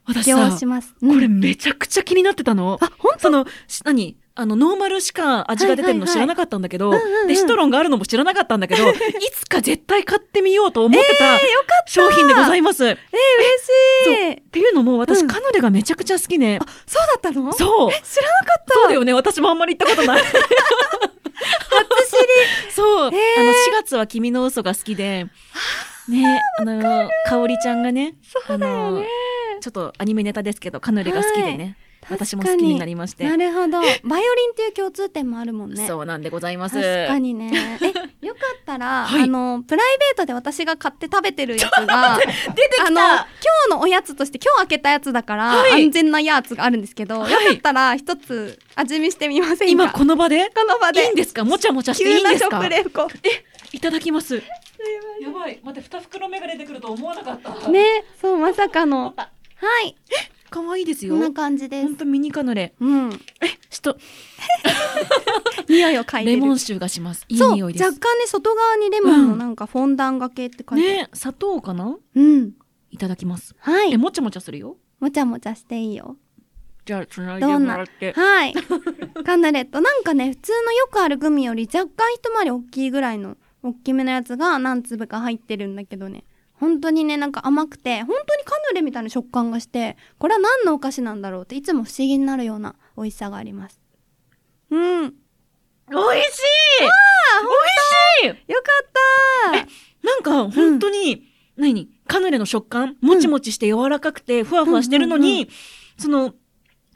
[SPEAKER 2] 私
[SPEAKER 3] 起用
[SPEAKER 2] さ
[SPEAKER 3] します。
[SPEAKER 2] これ
[SPEAKER 3] うん
[SPEAKER 2] めちゃくちゃ気になってたの
[SPEAKER 3] あ、本
[SPEAKER 2] そのし何あのノーマルしか味が出てる
[SPEAKER 3] はいはいは
[SPEAKER 2] の
[SPEAKER 3] い
[SPEAKER 2] 知らなかったんだけど、
[SPEAKER 3] うんうんうん
[SPEAKER 2] でシトロンがあるのも知らなかったんだ けどいつか絶対買ってみようと思ってた商品でございます。っ
[SPEAKER 3] えー、嬉しい。
[SPEAKER 2] ていうのも私、
[SPEAKER 3] うん
[SPEAKER 2] カヌレがめちゃくちゃ好きね
[SPEAKER 3] あ。、そうだったの
[SPEAKER 2] そう
[SPEAKER 3] 知らなかった。
[SPEAKER 2] そうだよね私もあんまり行った ことない。
[SPEAKER 3] 初知り。へー
[SPEAKER 2] そう、あの4月は君の嘘が好きで、ね、あの、かおりちゃんがね、そうだよね。ちょっとアニメネタですけど、カヌレが好きでね、
[SPEAKER 3] はい
[SPEAKER 2] 私も
[SPEAKER 3] 確
[SPEAKER 2] 好
[SPEAKER 3] かに
[SPEAKER 2] きになりまして
[SPEAKER 3] な。るほど。バイオリンっていう共通点もあるもんね。
[SPEAKER 2] そうなんでございます。
[SPEAKER 3] 確かに ね。え、よかったら、
[SPEAKER 2] はい
[SPEAKER 3] あの、プライベートで私が買って食べてるやつが、
[SPEAKER 2] 出て
[SPEAKER 3] あ
[SPEAKER 2] き
[SPEAKER 3] の、
[SPEAKER 2] た
[SPEAKER 3] 今日のおやつとして、今日開けたやつだから、
[SPEAKER 2] はい
[SPEAKER 3] 安全なやつがあるんですけど、
[SPEAKER 2] はい
[SPEAKER 3] よかったら一つ味見してみませんか
[SPEAKER 2] 今
[SPEAKER 3] こ
[SPEAKER 2] この場で
[SPEAKER 3] の場
[SPEAKER 2] い
[SPEAKER 3] で。
[SPEAKER 2] いんですかもちゃもちゃしてい
[SPEAKER 3] 急
[SPEAKER 2] いん
[SPEAKER 3] な
[SPEAKER 2] です
[SPEAKER 3] 食
[SPEAKER 2] か
[SPEAKER 3] レポ。
[SPEAKER 2] いただきます。やばい。待って、二袋目が出てくると思わなかった。
[SPEAKER 3] ね、そう、まさかの。はい。
[SPEAKER 2] かわいいです
[SPEAKER 3] こ
[SPEAKER 2] よ
[SPEAKER 3] ん。な感じで
[SPEAKER 2] ほ
[SPEAKER 3] す
[SPEAKER 2] ん。とミニカヌレ。
[SPEAKER 3] うん。
[SPEAKER 2] ちょっ
[SPEAKER 3] 匂いを嗅
[SPEAKER 2] と、
[SPEAKER 3] いで
[SPEAKER 2] レ
[SPEAKER 3] る。
[SPEAKER 2] モン臭がします。いい
[SPEAKER 3] そう、
[SPEAKER 2] 匂いで
[SPEAKER 3] 若
[SPEAKER 2] す。
[SPEAKER 3] 干ね、外側にレモンのなんかフォンダンがけって書いてある。
[SPEAKER 2] ね、砂糖かな
[SPEAKER 3] うん。
[SPEAKER 2] いただきます。
[SPEAKER 3] は
[SPEAKER 2] え、
[SPEAKER 3] い。
[SPEAKER 2] もちゃもちゃするよ。
[SPEAKER 3] もちゃもちゃしていいよ。
[SPEAKER 2] じゃあ、つないで
[SPEAKER 3] どん
[SPEAKER 2] も
[SPEAKER 3] な
[SPEAKER 2] らって。
[SPEAKER 3] はい。カヌレット。なんかね、普通のよくあるグミより若干一回り大きいぐらいの、大きめのやつが何粒か入ってるんだけどね。本当にね、なんか甘くて、本当にカヌレみたいな食感がして、これは何のお菓子なんだろうっていつも不思議になるような美味しさがあります。うん。よか
[SPEAKER 2] おいしいおいし
[SPEAKER 3] った
[SPEAKER 2] いなんか、本当に、何カヌレの食感もちもちして柔らかくて、ふわふわしてるの
[SPEAKER 3] うんうん
[SPEAKER 2] に、その、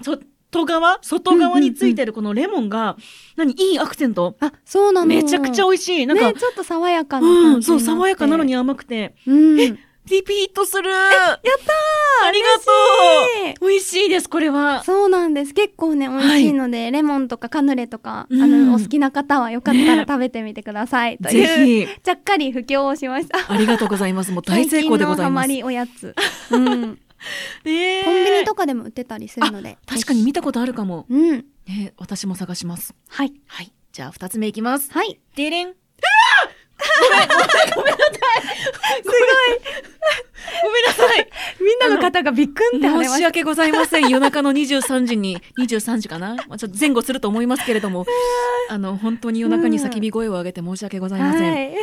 [SPEAKER 2] 外側外側についてるこのレモンが、何いいアクセント
[SPEAKER 3] あ、そうなの。
[SPEAKER 2] めちゃくちゃ
[SPEAKER 3] 美味
[SPEAKER 2] 美味しいなんか、
[SPEAKER 3] ね、ちょっと爽やかな感じにな
[SPEAKER 2] う
[SPEAKER 3] って
[SPEAKER 2] ん、そう、爽やかなの。に甘くて、
[SPEAKER 3] うん。
[SPEAKER 2] リピートするやったーありが
[SPEAKER 3] 嬉しい
[SPEAKER 2] とう美味しいです、これは。
[SPEAKER 3] そうなんです。結構ね、美味しいので、レモンとかカヌレとか、あ
[SPEAKER 2] うん
[SPEAKER 3] の、お好きな方はよかったら食べてみてください。という、
[SPEAKER 2] ぜひ。
[SPEAKER 3] ちゃっかり布教をしました。
[SPEAKER 2] ありがとうございます。もう大成功でございます。
[SPEAKER 3] 最近のハマりおやつ。 うん。
[SPEAKER 2] ねえ
[SPEAKER 3] コンビニとかでも売ってたりするので。
[SPEAKER 2] 確かに見たことあるかも。
[SPEAKER 3] うん。
[SPEAKER 2] ね、私も探します。
[SPEAKER 3] はい。
[SPEAKER 4] はい。じゃあ、二つ目いきます。
[SPEAKER 3] はい。
[SPEAKER 4] デレン。
[SPEAKER 2] ごめんなさい。
[SPEAKER 3] みんなの方がびっくんって
[SPEAKER 2] 申し訳ございません。夜中の23時に、23時かなまあちょっと前後すると思いますけれども、あの、本当に夜中に叫び声を上げて申し訳ございま
[SPEAKER 3] はい。そん
[SPEAKER 2] せ。
[SPEAKER 3] なん話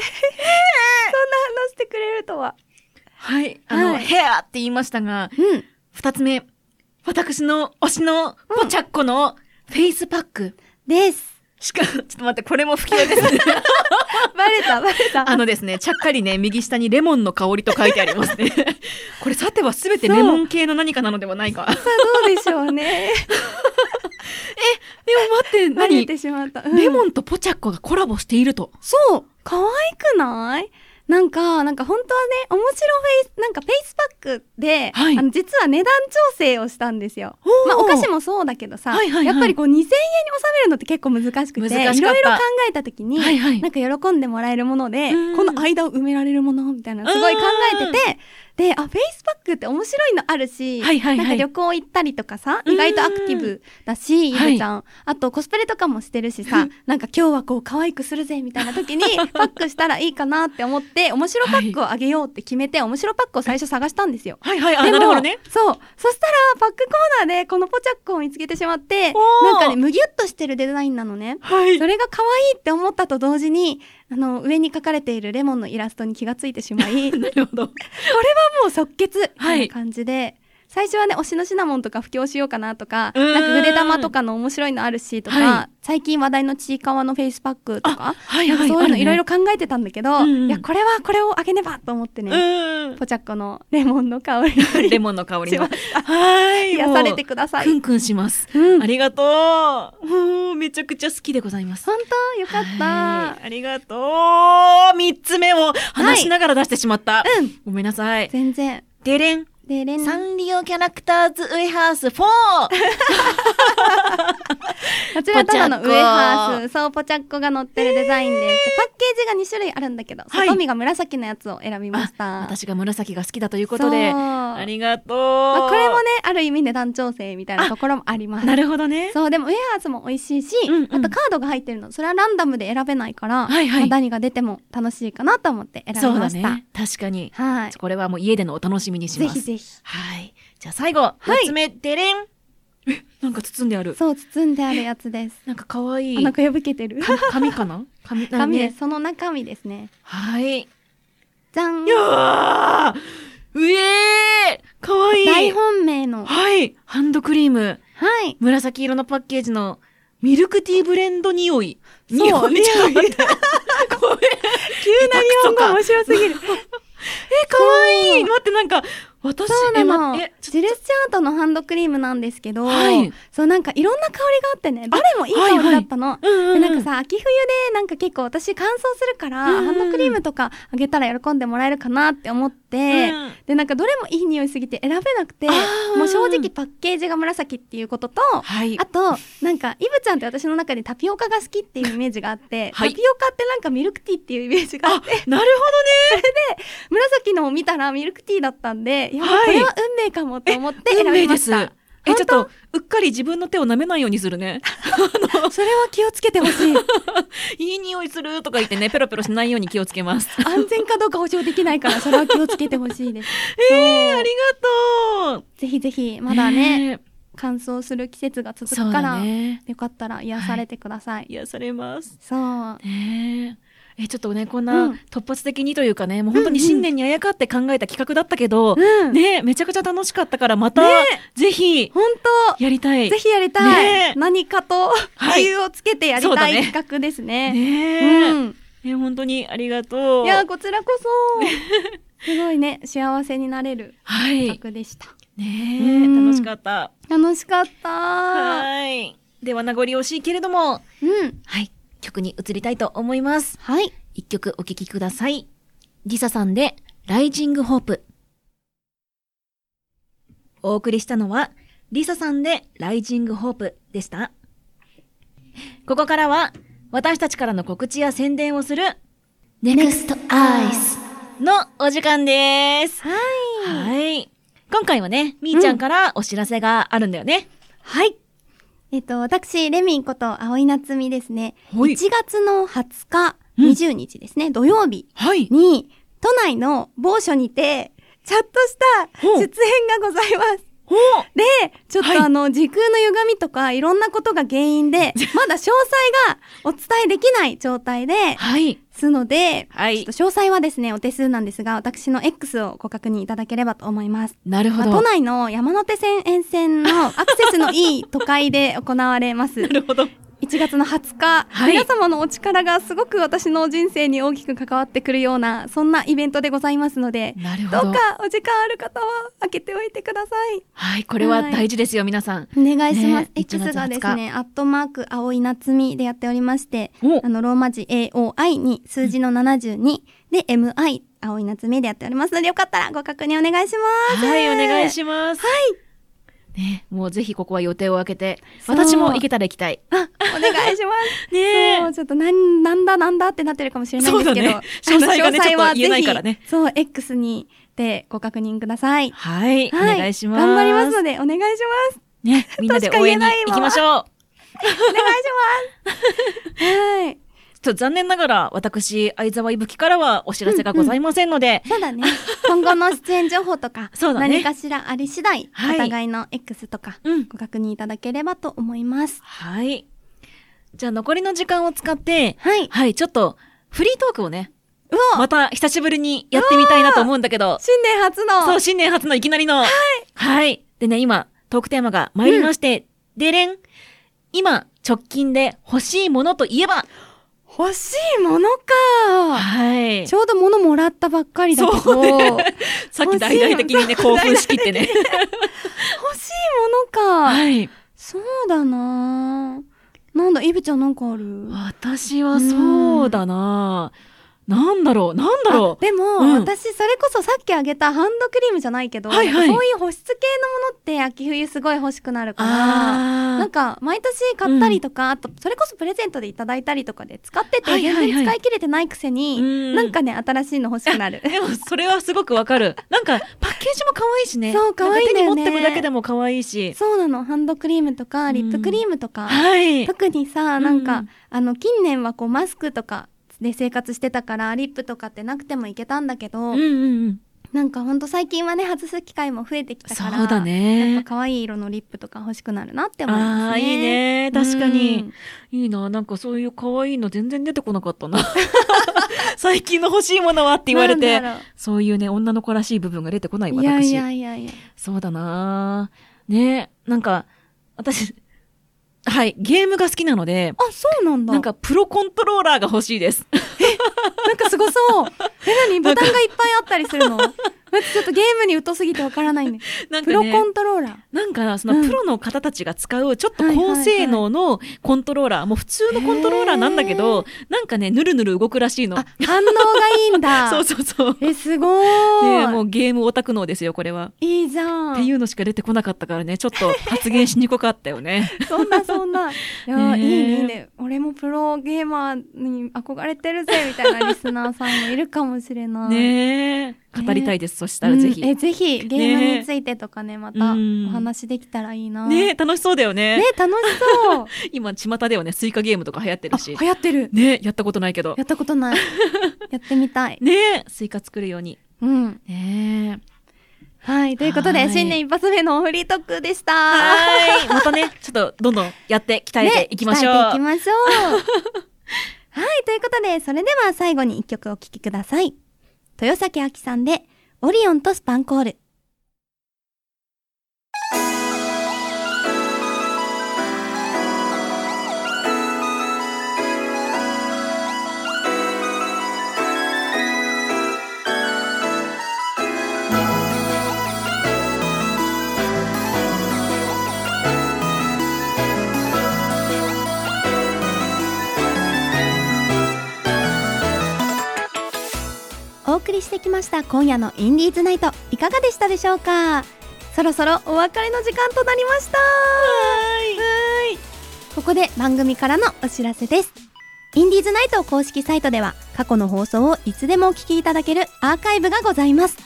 [SPEAKER 3] してくれるとは。
[SPEAKER 2] はい。あの、
[SPEAKER 3] はい
[SPEAKER 2] ヘアって言いましたが、
[SPEAKER 3] うん。
[SPEAKER 2] 二つ目、私の推しのポチャッコのフェイスパック。
[SPEAKER 3] です。
[SPEAKER 2] しか、ちょっと待って、これも不況ですね。
[SPEAKER 3] バレた、バレた。
[SPEAKER 2] あのですね、ちゃっかりね、右下にレモンの香りと書いてあります ね。これさては全てレモン系の何かなのではないか。でも
[SPEAKER 3] さあ、どうでしょうね。
[SPEAKER 2] 待って、
[SPEAKER 3] バレ
[SPEAKER 2] 何
[SPEAKER 3] てしまった。うん
[SPEAKER 2] レモンとポチャッコがコラボしていると。
[SPEAKER 3] そう可愛くないなんか、なんか本当はね、面白フェイス、なんかフェイスパックで、
[SPEAKER 2] はい
[SPEAKER 3] あの実は値段調整をしたんですよ。
[SPEAKER 2] おー
[SPEAKER 3] まあお菓子もそうだけどさ、
[SPEAKER 2] はいはいはい
[SPEAKER 3] やっぱりこう2000円に収めるのって結構難しくて、
[SPEAKER 2] 難しかった
[SPEAKER 3] いろいろ考えた時に、
[SPEAKER 2] はいはい
[SPEAKER 3] なんか喜んでもらえるもので、
[SPEAKER 2] うん
[SPEAKER 3] この間を埋められるものみたいなのすごい考えてて、で、あ、フェイスパックって面白いのあるし、
[SPEAKER 2] はいはいはい
[SPEAKER 3] なんか旅行行ったりとかさ、
[SPEAKER 2] うん
[SPEAKER 3] 意外とアクティブだし、ゆ
[SPEAKER 2] はい
[SPEAKER 3] めちゃん、あとコスプレとかもしてるしさ、なんか今日はこう可愛くするぜみたいな時 にパックしたらいいかなって思って、面白パックをあげようって決めて、面白パックを最初探したんですよ。
[SPEAKER 2] はいはい、あ、
[SPEAKER 3] でも
[SPEAKER 2] なるほどね。
[SPEAKER 3] そう。そしたら、パックコーナーでこのポチャッコを見つけてしまって、
[SPEAKER 2] おー
[SPEAKER 3] なんかね、むぎゅっとしてるデザインなのね。
[SPEAKER 2] はい
[SPEAKER 3] そ。れが可愛いって思ったと同時に、あの、上に書かれているレ モンのイラストに気がついてしまい、も
[SPEAKER 2] なるほど。
[SPEAKER 3] う即決みたいな感じで、最初はね推しのシナモンとか布教しようかなとか
[SPEAKER 2] うん
[SPEAKER 3] なんかぐで玉とかの面白いのあるしとか、
[SPEAKER 2] は
[SPEAKER 3] 最近話題のちいかわのフェイスパックとか
[SPEAKER 2] はい
[SPEAKER 3] なんかそういうのいろいろ
[SPEAKER 2] あ
[SPEAKER 3] 考えてたんだけど、
[SPEAKER 2] うんうん
[SPEAKER 3] いやこれはこれをあげねばと思って
[SPEAKER 2] る
[SPEAKER 3] ね、
[SPEAKER 2] ね
[SPEAKER 3] ポチャッコのレモンの香り
[SPEAKER 2] うん。レ
[SPEAKER 3] に
[SPEAKER 2] モンの香り
[SPEAKER 3] し
[SPEAKER 2] の。
[SPEAKER 3] ま
[SPEAKER 2] は
[SPEAKER 3] した
[SPEAKER 2] ーい。
[SPEAKER 3] 癒されてください。
[SPEAKER 2] く
[SPEAKER 3] うん
[SPEAKER 2] くんします。
[SPEAKER 3] ん、
[SPEAKER 2] ありがとう。うんめちゃくちゃ好きでございます。
[SPEAKER 3] 本当よかった、
[SPEAKER 2] はいありがとう。三つ目を話しながら出してしまった。
[SPEAKER 3] うん
[SPEAKER 2] ごめんなさい。
[SPEAKER 3] 全然
[SPEAKER 2] でれん。
[SPEAKER 3] でレン
[SPEAKER 5] サンリオキャラクターズウエハース 4!
[SPEAKER 3] こちらただの
[SPEAKER 5] ポチャッコ
[SPEAKER 3] ウエハースそうポチャッコが乗ってるデザインです、パッケージが2種類あるんだけど、
[SPEAKER 2] はい
[SPEAKER 3] 外見が紫のやつを選びました
[SPEAKER 2] 私が紫が好きだということで
[SPEAKER 3] そう。
[SPEAKER 2] ありがとう。
[SPEAKER 3] まあこれもねある意味値段調整みたいなところもあります
[SPEAKER 2] なるほどね。
[SPEAKER 3] そうでもウェアーズも美味しいし、
[SPEAKER 2] うんうん
[SPEAKER 3] あとカードが入ってるのそれはランダムで選べないから、
[SPEAKER 2] はいはい
[SPEAKER 3] まあ何が出ても楽しいかなと思って選
[SPEAKER 2] そ
[SPEAKER 3] びま
[SPEAKER 2] うだ
[SPEAKER 3] した、
[SPEAKER 2] ね。確かに。
[SPEAKER 3] はい
[SPEAKER 2] これはもう家でのお楽しみにし
[SPEAKER 3] ぜ
[SPEAKER 2] ます。
[SPEAKER 3] ひぜひ
[SPEAKER 2] はい。じゃあ最後、
[SPEAKER 3] い
[SPEAKER 2] 四つ目、でれん。え、なんか包んである。
[SPEAKER 3] そう包んであるやつです
[SPEAKER 2] なんか可愛
[SPEAKER 3] あ
[SPEAKER 2] い
[SPEAKER 3] なんか破けてる
[SPEAKER 2] か紙かな紙なんか
[SPEAKER 3] 紙
[SPEAKER 2] ね
[SPEAKER 3] ですその中身ですね
[SPEAKER 2] はい。
[SPEAKER 3] じゃん
[SPEAKER 2] いやーうえーかわいい
[SPEAKER 3] 大本命のは
[SPEAKER 2] はいハンドクリーム
[SPEAKER 3] い
[SPEAKER 2] 紫色のパッケージのミルクティーブレンド匂い。
[SPEAKER 3] そう
[SPEAKER 2] 匂いち ょっと待 って。ごめん。急な
[SPEAKER 3] 日本語面白すぎ る
[SPEAKER 2] え、かわいい待って、なんか、私、
[SPEAKER 3] そう
[SPEAKER 2] え、
[SPEAKER 3] なの
[SPEAKER 2] ま、え、ちょっと
[SPEAKER 3] ジェルスチャートのハンドクリームなんですけど、
[SPEAKER 2] はい
[SPEAKER 3] そうなんかいろんな香りがあってねどれもいい
[SPEAKER 2] はい
[SPEAKER 3] 香りだったの、
[SPEAKER 2] うんう
[SPEAKER 3] で
[SPEAKER 2] ん、
[SPEAKER 3] なんかさ秋冬でなんか結構私乾燥するから、
[SPEAKER 2] うんうん
[SPEAKER 3] ハンドクリームとかあげたら喜んでもらえるかなって思って、
[SPEAKER 2] うん
[SPEAKER 3] でなんかどれもいい匂いすぎて選べなくて
[SPEAKER 2] あー
[SPEAKER 3] もう正直パッケージが紫っていうことと、
[SPEAKER 2] はい
[SPEAKER 3] あ。となんかイブちゃんって私の中でタピオカが好きっていうイメージがあって、
[SPEAKER 2] はい
[SPEAKER 3] タピオカってなんかミルクティーっていうイメージがあって
[SPEAKER 2] なる
[SPEAKER 3] 紫のを見たらミルクティーだったんでいや、
[SPEAKER 2] はい
[SPEAKER 3] これは運命かもと思って
[SPEAKER 2] ほどね。
[SPEAKER 3] 選
[SPEAKER 2] 運
[SPEAKER 3] び
[SPEAKER 2] 命
[SPEAKER 3] ま
[SPEAKER 2] で
[SPEAKER 3] し
[SPEAKER 2] す。
[SPEAKER 3] た
[SPEAKER 2] え、ちょっと、うっかり自分の手を舐めないようにする ね。
[SPEAKER 3] それは気をつけてほしい
[SPEAKER 2] いい匂いするとか言ってね、ペロペロしないように気をつ けます。
[SPEAKER 3] 安全かどうか保証できないからそれは気をつけてほしいです
[SPEAKER 2] えー、ありがとう
[SPEAKER 3] ぜひぜひまだね、
[SPEAKER 2] えー
[SPEAKER 3] 乾燥する季節が続
[SPEAKER 2] そ
[SPEAKER 3] く
[SPEAKER 2] う
[SPEAKER 3] か
[SPEAKER 2] だ
[SPEAKER 3] ら、
[SPEAKER 2] ね。
[SPEAKER 3] よかったら癒されてください、
[SPEAKER 2] 癒されます。
[SPEAKER 3] そう
[SPEAKER 2] ねええちょっとねこ
[SPEAKER 3] う
[SPEAKER 2] んなん突発的にというかね、もう本当に新年にあやかって考えた企画だったけど、
[SPEAKER 3] うん
[SPEAKER 2] ねえめちゃくちゃ楽しかったからまた、ぜひ
[SPEAKER 3] 本
[SPEAKER 2] やりたい
[SPEAKER 3] 当ぜひやりたい、
[SPEAKER 2] ねえ
[SPEAKER 3] 何かと
[SPEAKER 2] はい
[SPEAKER 3] 理由をつけてやり
[SPEAKER 2] そうだ
[SPEAKER 3] たい
[SPEAKER 2] ね
[SPEAKER 3] 企画ですね
[SPEAKER 2] ねえ、
[SPEAKER 3] う
[SPEAKER 2] ね
[SPEAKER 3] ん、
[SPEAKER 2] え本当にありがとう
[SPEAKER 3] いやこちらこそすごいね幸せになれる
[SPEAKER 2] はい
[SPEAKER 3] 企画でした、
[SPEAKER 2] ねえ、
[SPEAKER 3] うん
[SPEAKER 2] 楽しかった
[SPEAKER 3] 楽しか った
[SPEAKER 2] はいでは名残惜しいけれども
[SPEAKER 3] うん
[SPEAKER 2] はい曲に移りたいと思います
[SPEAKER 3] はい
[SPEAKER 2] 一曲お聴きくださいリサさんでライジングホープお送りしたのはリサさんでライジングホープでしたここからは私たちからの告知や宣伝をする NEXT ICE のお時間です
[SPEAKER 3] はい
[SPEAKER 2] はい今回はねみーちゃんからお知らせがあるんだよね、
[SPEAKER 3] はいえっと私レミンこと青井夏美ですね
[SPEAKER 2] は
[SPEAKER 3] 1月の20日
[SPEAKER 2] うん
[SPEAKER 3] 20日ですね、土曜日
[SPEAKER 2] はい
[SPEAKER 3] に、都内の某所にて、チャットした
[SPEAKER 2] ほう
[SPEAKER 3] 出演がございます。
[SPEAKER 2] お
[SPEAKER 3] で、ちょっ
[SPEAKER 2] はい
[SPEAKER 3] とあの、時空の歪みとか、いろんなことが原因 で、まだ詳細がお伝えできない状態で、
[SPEAKER 2] はい
[SPEAKER 3] すので、
[SPEAKER 2] は
[SPEAKER 3] ちょっ
[SPEAKER 2] い
[SPEAKER 3] と詳細はですね、お手数なんですが、私の X をご確認いただければと思います。
[SPEAKER 2] なるほ
[SPEAKER 3] まあ
[SPEAKER 2] ど、
[SPEAKER 3] 都内の山手線沿線のアクセスのいい都会で行われます。
[SPEAKER 2] なるほど
[SPEAKER 3] 1月の20日、
[SPEAKER 2] はい
[SPEAKER 3] 皆様のお力がすごく私の人生に大きく関わってくるようなそんなイベントでございますので
[SPEAKER 2] なるほ
[SPEAKER 3] ど
[SPEAKER 2] ど
[SPEAKER 3] うかお時間ある方は開けておいてください
[SPEAKER 2] はい、これは大事ですよ、皆さん。
[SPEAKER 3] お願いします、
[SPEAKER 2] ね
[SPEAKER 3] X が
[SPEAKER 2] 1月20日
[SPEAKER 3] ですねアットマーク青い夏みでやっておりまして
[SPEAKER 2] お
[SPEAKER 3] あのローマ字 AOI に数字の72、で MI 青い夏みでやっておりますのでよかったらご確認お願いします
[SPEAKER 2] はい、お願いします。はい。ね、もうぜひここは予定を空けて、
[SPEAKER 3] そう
[SPEAKER 2] 私も行けたら行きたい。
[SPEAKER 3] ますお願いします
[SPEAKER 2] ね
[SPEAKER 3] そうちょっとなんなんだなんだってなってるかもしれないんですけど、
[SPEAKER 2] そうだね詳細がね
[SPEAKER 3] あの
[SPEAKER 2] ちょっと言えないからね
[SPEAKER 3] 詳細はぜひそう X にでご確認ください、
[SPEAKER 2] はい、お
[SPEAKER 3] は
[SPEAKER 2] 願いします。
[SPEAKER 3] 頑張りますのでお願いします
[SPEAKER 2] ね、みんなで応援に行きましょう。
[SPEAKER 3] お願いしますはい
[SPEAKER 2] ちょっと残念ながら、私、相沢いぶきからはお知らせがございませんので、
[SPEAKER 3] そうだね今後の出演情報と か
[SPEAKER 2] そうだね
[SPEAKER 3] 何かしらあり次第、
[SPEAKER 2] はい
[SPEAKER 3] お互いの X とか
[SPEAKER 2] うん
[SPEAKER 3] ご確認いただければと思います
[SPEAKER 2] はい。じゃあ残りの時間を使って、
[SPEAKER 3] はい
[SPEAKER 2] はい、ちょっと、フリートークをね、
[SPEAKER 3] うわ
[SPEAKER 2] また久しぶりにやってみたいなと思うんだけど、
[SPEAKER 3] 新年初の
[SPEAKER 2] そう、新年初のいきなりの。はい。でね、今、トークテーマが参りまして、でれん。今、直近で欲しいものといえば。
[SPEAKER 3] 欲しいものか
[SPEAKER 2] はい
[SPEAKER 3] ちょうど物もらったばっかりだけど、
[SPEAKER 2] そう
[SPEAKER 3] 欲しいもの
[SPEAKER 2] さっき大々的にね、興奮しき ってね。
[SPEAKER 3] か、
[SPEAKER 2] はい。
[SPEAKER 3] そうだななんだ、イブちゃんなんかある
[SPEAKER 2] 私はそうだななんだろう、なんだろ
[SPEAKER 3] あでも、
[SPEAKER 2] うん
[SPEAKER 3] 私それこそさっきあげたハンドクリームじゃないけど、
[SPEAKER 2] はいはい
[SPEAKER 3] なんかそういう保湿系のものって秋冬すごい欲しくなる
[SPEAKER 2] う。
[SPEAKER 3] からな
[SPEAKER 2] あ
[SPEAKER 3] んか毎年買ったりとか、あとそれこそプレゼントでいただいたりとかで使ってて
[SPEAKER 2] はい
[SPEAKER 3] 全
[SPEAKER 2] はいはい
[SPEAKER 3] 然使い切れてないくせに、
[SPEAKER 2] うん
[SPEAKER 3] なんかね新しいの欲しくなる
[SPEAKER 2] ー。でも、それはすごくわかる。なんか、パッケージも可愛いしね。
[SPEAKER 3] そう可愛いんだよね
[SPEAKER 2] なんか手に持ってくだけでも可愛いし。
[SPEAKER 3] そうなのハンドクリームと
[SPEAKER 2] う
[SPEAKER 3] か
[SPEAKER 2] ん
[SPEAKER 3] リップクリームとか、
[SPEAKER 2] はい。
[SPEAKER 3] 特にさなんか、
[SPEAKER 2] うん
[SPEAKER 3] あの近年はこうマスクとかで生活してたからリップとかってなくてもいけたんだけど、
[SPEAKER 2] うんうんうん。
[SPEAKER 3] なんかほんと最近はね外す機会も増えてきた
[SPEAKER 2] そ
[SPEAKER 3] から
[SPEAKER 2] うだね。
[SPEAKER 3] やっぱ可愛い色のリップとか欲しくなるなって思い
[SPEAKER 2] あ
[SPEAKER 3] ま
[SPEAKER 2] あ
[SPEAKER 3] す
[SPEAKER 2] ー、
[SPEAKER 3] ね。
[SPEAKER 2] いいね。確か
[SPEAKER 3] う
[SPEAKER 2] に
[SPEAKER 3] ん。。
[SPEAKER 2] いいな。なんかそういう可愛いの全然出てこなかったな。 最近の欲しいものはって言われて。
[SPEAKER 3] なんだろ
[SPEAKER 2] そういうね、女の子らしい部分が出てこないう私。
[SPEAKER 3] いやいやいやいや。
[SPEAKER 2] そうだな。ねなんか、私、はい、ゲームが好きなので、
[SPEAKER 3] あ、そうなんだ。
[SPEAKER 2] なんかプロコントローラーが欲しい です。
[SPEAKER 3] なんかすごそう。 え、何ボタンがいっぱいあったりするの なんかちょっとゲームに疎すぎてわからないね。
[SPEAKER 2] なん
[SPEAKER 3] プ
[SPEAKER 2] か
[SPEAKER 3] ロ
[SPEAKER 2] ね
[SPEAKER 3] コ、ントローラ ー。
[SPEAKER 2] なんかそ
[SPEAKER 3] うん
[SPEAKER 2] のプロの方たちが使うちょっと高性能のコントローラー、もう普通のコントローラーなんだけど、なんかね、ぬるぬる動くらしいの
[SPEAKER 3] あ。、反応がいいんだ。
[SPEAKER 2] そうそうそう。
[SPEAKER 3] え、すご
[SPEAKER 2] ねえ、
[SPEAKER 3] ー
[SPEAKER 2] も
[SPEAKER 3] い。
[SPEAKER 2] うゲームオタク脳ですよ、これは。
[SPEAKER 3] いいじゃ
[SPEAKER 2] ってい
[SPEAKER 3] ん。
[SPEAKER 2] うのしか出てこなかったからね、ちょっと発言しにくかったよね。
[SPEAKER 3] そんなそ んな。いや、
[SPEAKER 2] ね
[SPEAKER 3] いいね、いいね。俺もプロゲーマーに憧れてるぜ、みたいなリスナーさんもいるかもしれない。
[SPEAKER 2] ねえ、語りたいです。そしたらぜひ。
[SPEAKER 3] うんえ、
[SPEAKER 2] ね
[SPEAKER 3] ぜひ、ゲームについてとかね、また
[SPEAKER 2] うん
[SPEAKER 3] お話できたらいいな。
[SPEAKER 2] え、楽しそうだよね。
[SPEAKER 3] ね楽し そう。
[SPEAKER 2] 今、巷ではね、スイカゲームとか流行ってるし。
[SPEAKER 3] 行ってる。
[SPEAKER 2] ねえ、やったことないけど
[SPEAKER 3] や。ったこと ない。やってみたい。
[SPEAKER 2] ねえ、スイカ作るように。
[SPEAKER 3] うん。
[SPEAKER 2] ねえ。
[SPEAKER 3] はい。ということ
[SPEAKER 2] は
[SPEAKER 3] で、
[SPEAKER 2] い
[SPEAKER 3] 新年一発目のオフリートークでした。
[SPEAKER 2] はーい。またね、ちょっとどんどんやって鍛えていきまし ょう。
[SPEAKER 3] ね鍛えていきましょう。はい。ということで、それでは最後に一曲お聴きください。豊崎あきさんで、オリオンとスパンコール。お送りしてきました今夜のインディーズナイトいかがでしたでしょうかそろそろお別れの時間となりましたはいここで番組からのお知らせですインディーズナイト公式サイトでは過去の放送をいつでもお聞きいただけるアーカイブがございます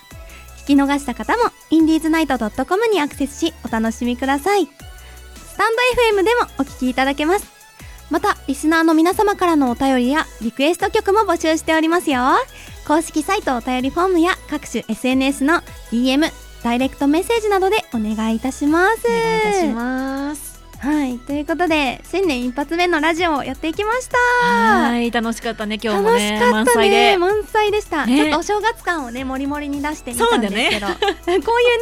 [SPEAKER 3] 聞き逃した方もインディーズナイト .com にアクセスしお楽しみくださいスタンド FM でもお聞きいただけますまたリスナーの皆様からのお便りやリクエスト曲も募集しておりますよ公式サイトお便りフォームや各種 SNS の DM ダイレクトメッセージなどでお願いいたします
[SPEAKER 2] お願いいたします。
[SPEAKER 3] はいということで新年一発目のラジオをやっていきました
[SPEAKER 2] はーい。楽しかったね、今日も
[SPEAKER 3] 楽し
[SPEAKER 2] ね。
[SPEAKER 3] かっ
[SPEAKER 2] 満
[SPEAKER 3] た
[SPEAKER 2] 載
[SPEAKER 3] ね
[SPEAKER 2] で。
[SPEAKER 3] 満載でした、
[SPEAKER 2] ね
[SPEAKER 3] ちょっとお正月感をねもりもりに出してみたんですけ ど、こういうね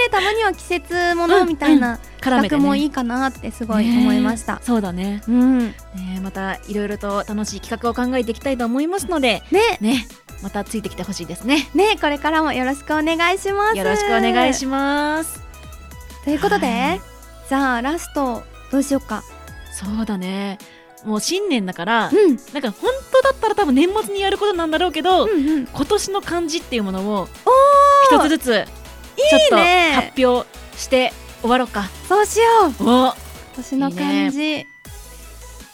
[SPEAKER 3] たまには季節ものみたいな
[SPEAKER 2] 絡め
[SPEAKER 3] 企
[SPEAKER 2] て
[SPEAKER 3] 画もい
[SPEAKER 2] ね。
[SPEAKER 3] いかなってすごい思いました、
[SPEAKER 2] ねそうだね。
[SPEAKER 3] うん
[SPEAKER 2] ねえ、またいろいろと楽しい企画を考えていきたいと思いますので、
[SPEAKER 3] ね
[SPEAKER 2] ね、またついてきてほしいですね。
[SPEAKER 3] ねこれからもよろしくお願いします
[SPEAKER 2] よろしくお願いします。
[SPEAKER 3] ということで、
[SPEAKER 2] はい
[SPEAKER 3] じゃあラストどうしようか
[SPEAKER 2] そうだね。もう新年だから、
[SPEAKER 3] うん
[SPEAKER 2] なんか本当だったら多分年末にやることなんだろうけど、
[SPEAKER 3] うんうん
[SPEAKER 2] 今年の漢字っていうものを
[SPEAKER 3] お
[SPEAKER 2] 一
[SPEAKER 3] ー
[SPEAKER 2] つずつちょっと
[SPEAKER 3] ね
[SPEAKER 2] 発表して終わろうか。
[SPEAKER 3] そうしよう
[SPEAKER 2] お
[SPEAKER 3] 年の漢字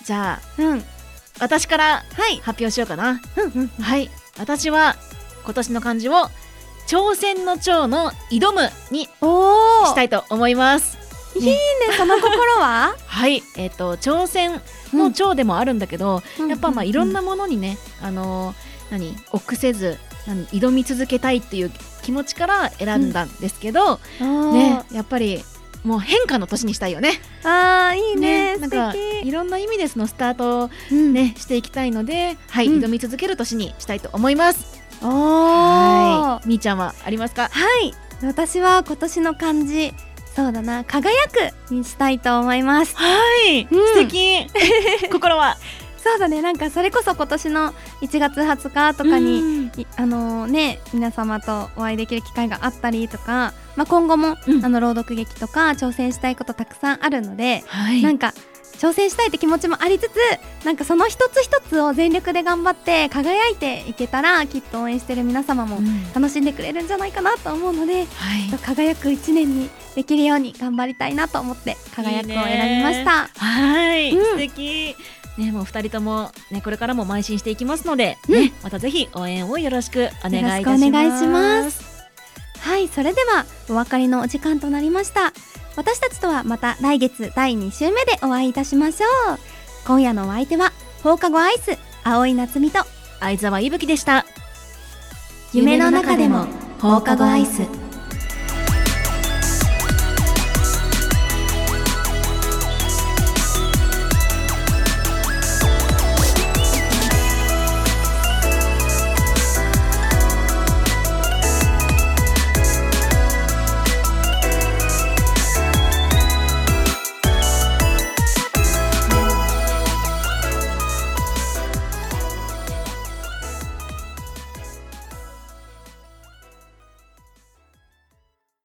[SPEAKER 2] じゃあ
[SPEAKER 3] うんはい
[SPEAKER 2] 私から発表しようかな。
[SPEAKER 3] うんうん
[SPEAKER 2] はい。私は今年の漢字を挑戦の長の挑むに
[SPEAKER 3] おお
[SPEAKER 2] した
[SPEAKER 3] い
[SPEAKER 2] いと思います。
[SPEAKER 3] いいねその心は
[SPEAKER 2] はい。えっ、と挑戦の長でもあるんだけど、やっぱまあいろんなものにね、あのー何臆せず何挑み続けたいっていう気持ちから選んだんですけど、ね
[SPEAKER 3] ね
[SPEAKER 2] やっぱりもう変化の年にしたいよね。
[SPEAKER 3] あーいいね
[SPEAKER 2] なん
[SPEAKER 3] 素
[SPEAKER 2] か
[SPEAKER 3] 敵
[SPEAKER 2] いろんな意味でそのスタートを
[SPEAKER 3] うん
[SPEAKER 2] ね、していきたいので、はい、
[SPEAKER 3] うん
[SPEAKER 2] 挑み続ける年にしたいと思います。
[SPEAKER 3] お
[SPEAKER 2] は。
[SPEAKER 3] はい
[SPEAKER 2] みーちゃんはありますか
[SPEAKER 3] はい私は今年の漢字そうだな輝くにしたいと思います
[SPEAKER 2] はい、
[SPEAKER 3] 素
[SPEAKER 2] 敵心は
[SPEAKER 3] そうだねなんかそれこそ今年の1月20日と
[SPEAKER 2] と
[SPEAKER 3] かに、いあのね皆様とお会いできる機会があったりとか、まあ、今後も、
[SPEAKER 2] うん
[SPEAKER 3] あの朗読劇とか挑戦したいことたくさんあるので、
[SPEAKER 2] はい
[SPEAKER 3] なんか挑戦したいって気持ちもありつつなんかその一つ一つを全力で頑張って輝いていけたらきっと応援してる皆様も
[SPEAKER 2] うん
[SPEAKER 3] 楽しんでくれるんじゃないかなと思うので、
[SPEAKER 2] はい
[SPEAKER 3] 輝く1年にできるように頑張りたいなと思って輝くを選びました。
[SPEAKER 2] はい、
[SPEAKER 3] うん
[SPEAKER 2] 素敵ねもう二人ともねこれからも邁進していきますので、
[SPEAKER 3] うん
[SPEAKER 2] ねまたぜひ応援をよろしくお願い
[SPEAKER 3] よろし
[SPEAKER 2] いたします
[SPEAKER 3] くお願いしますはいそれではお別れのお時間となりました私たちとはまた来月第2週目でお会いいたしましょう今夜のお相手は放課後アイス青い夏美と
[SPEAKER 2] 相沢いぶきでした
[SPEAKER 3] 夢の中でも放課後アイス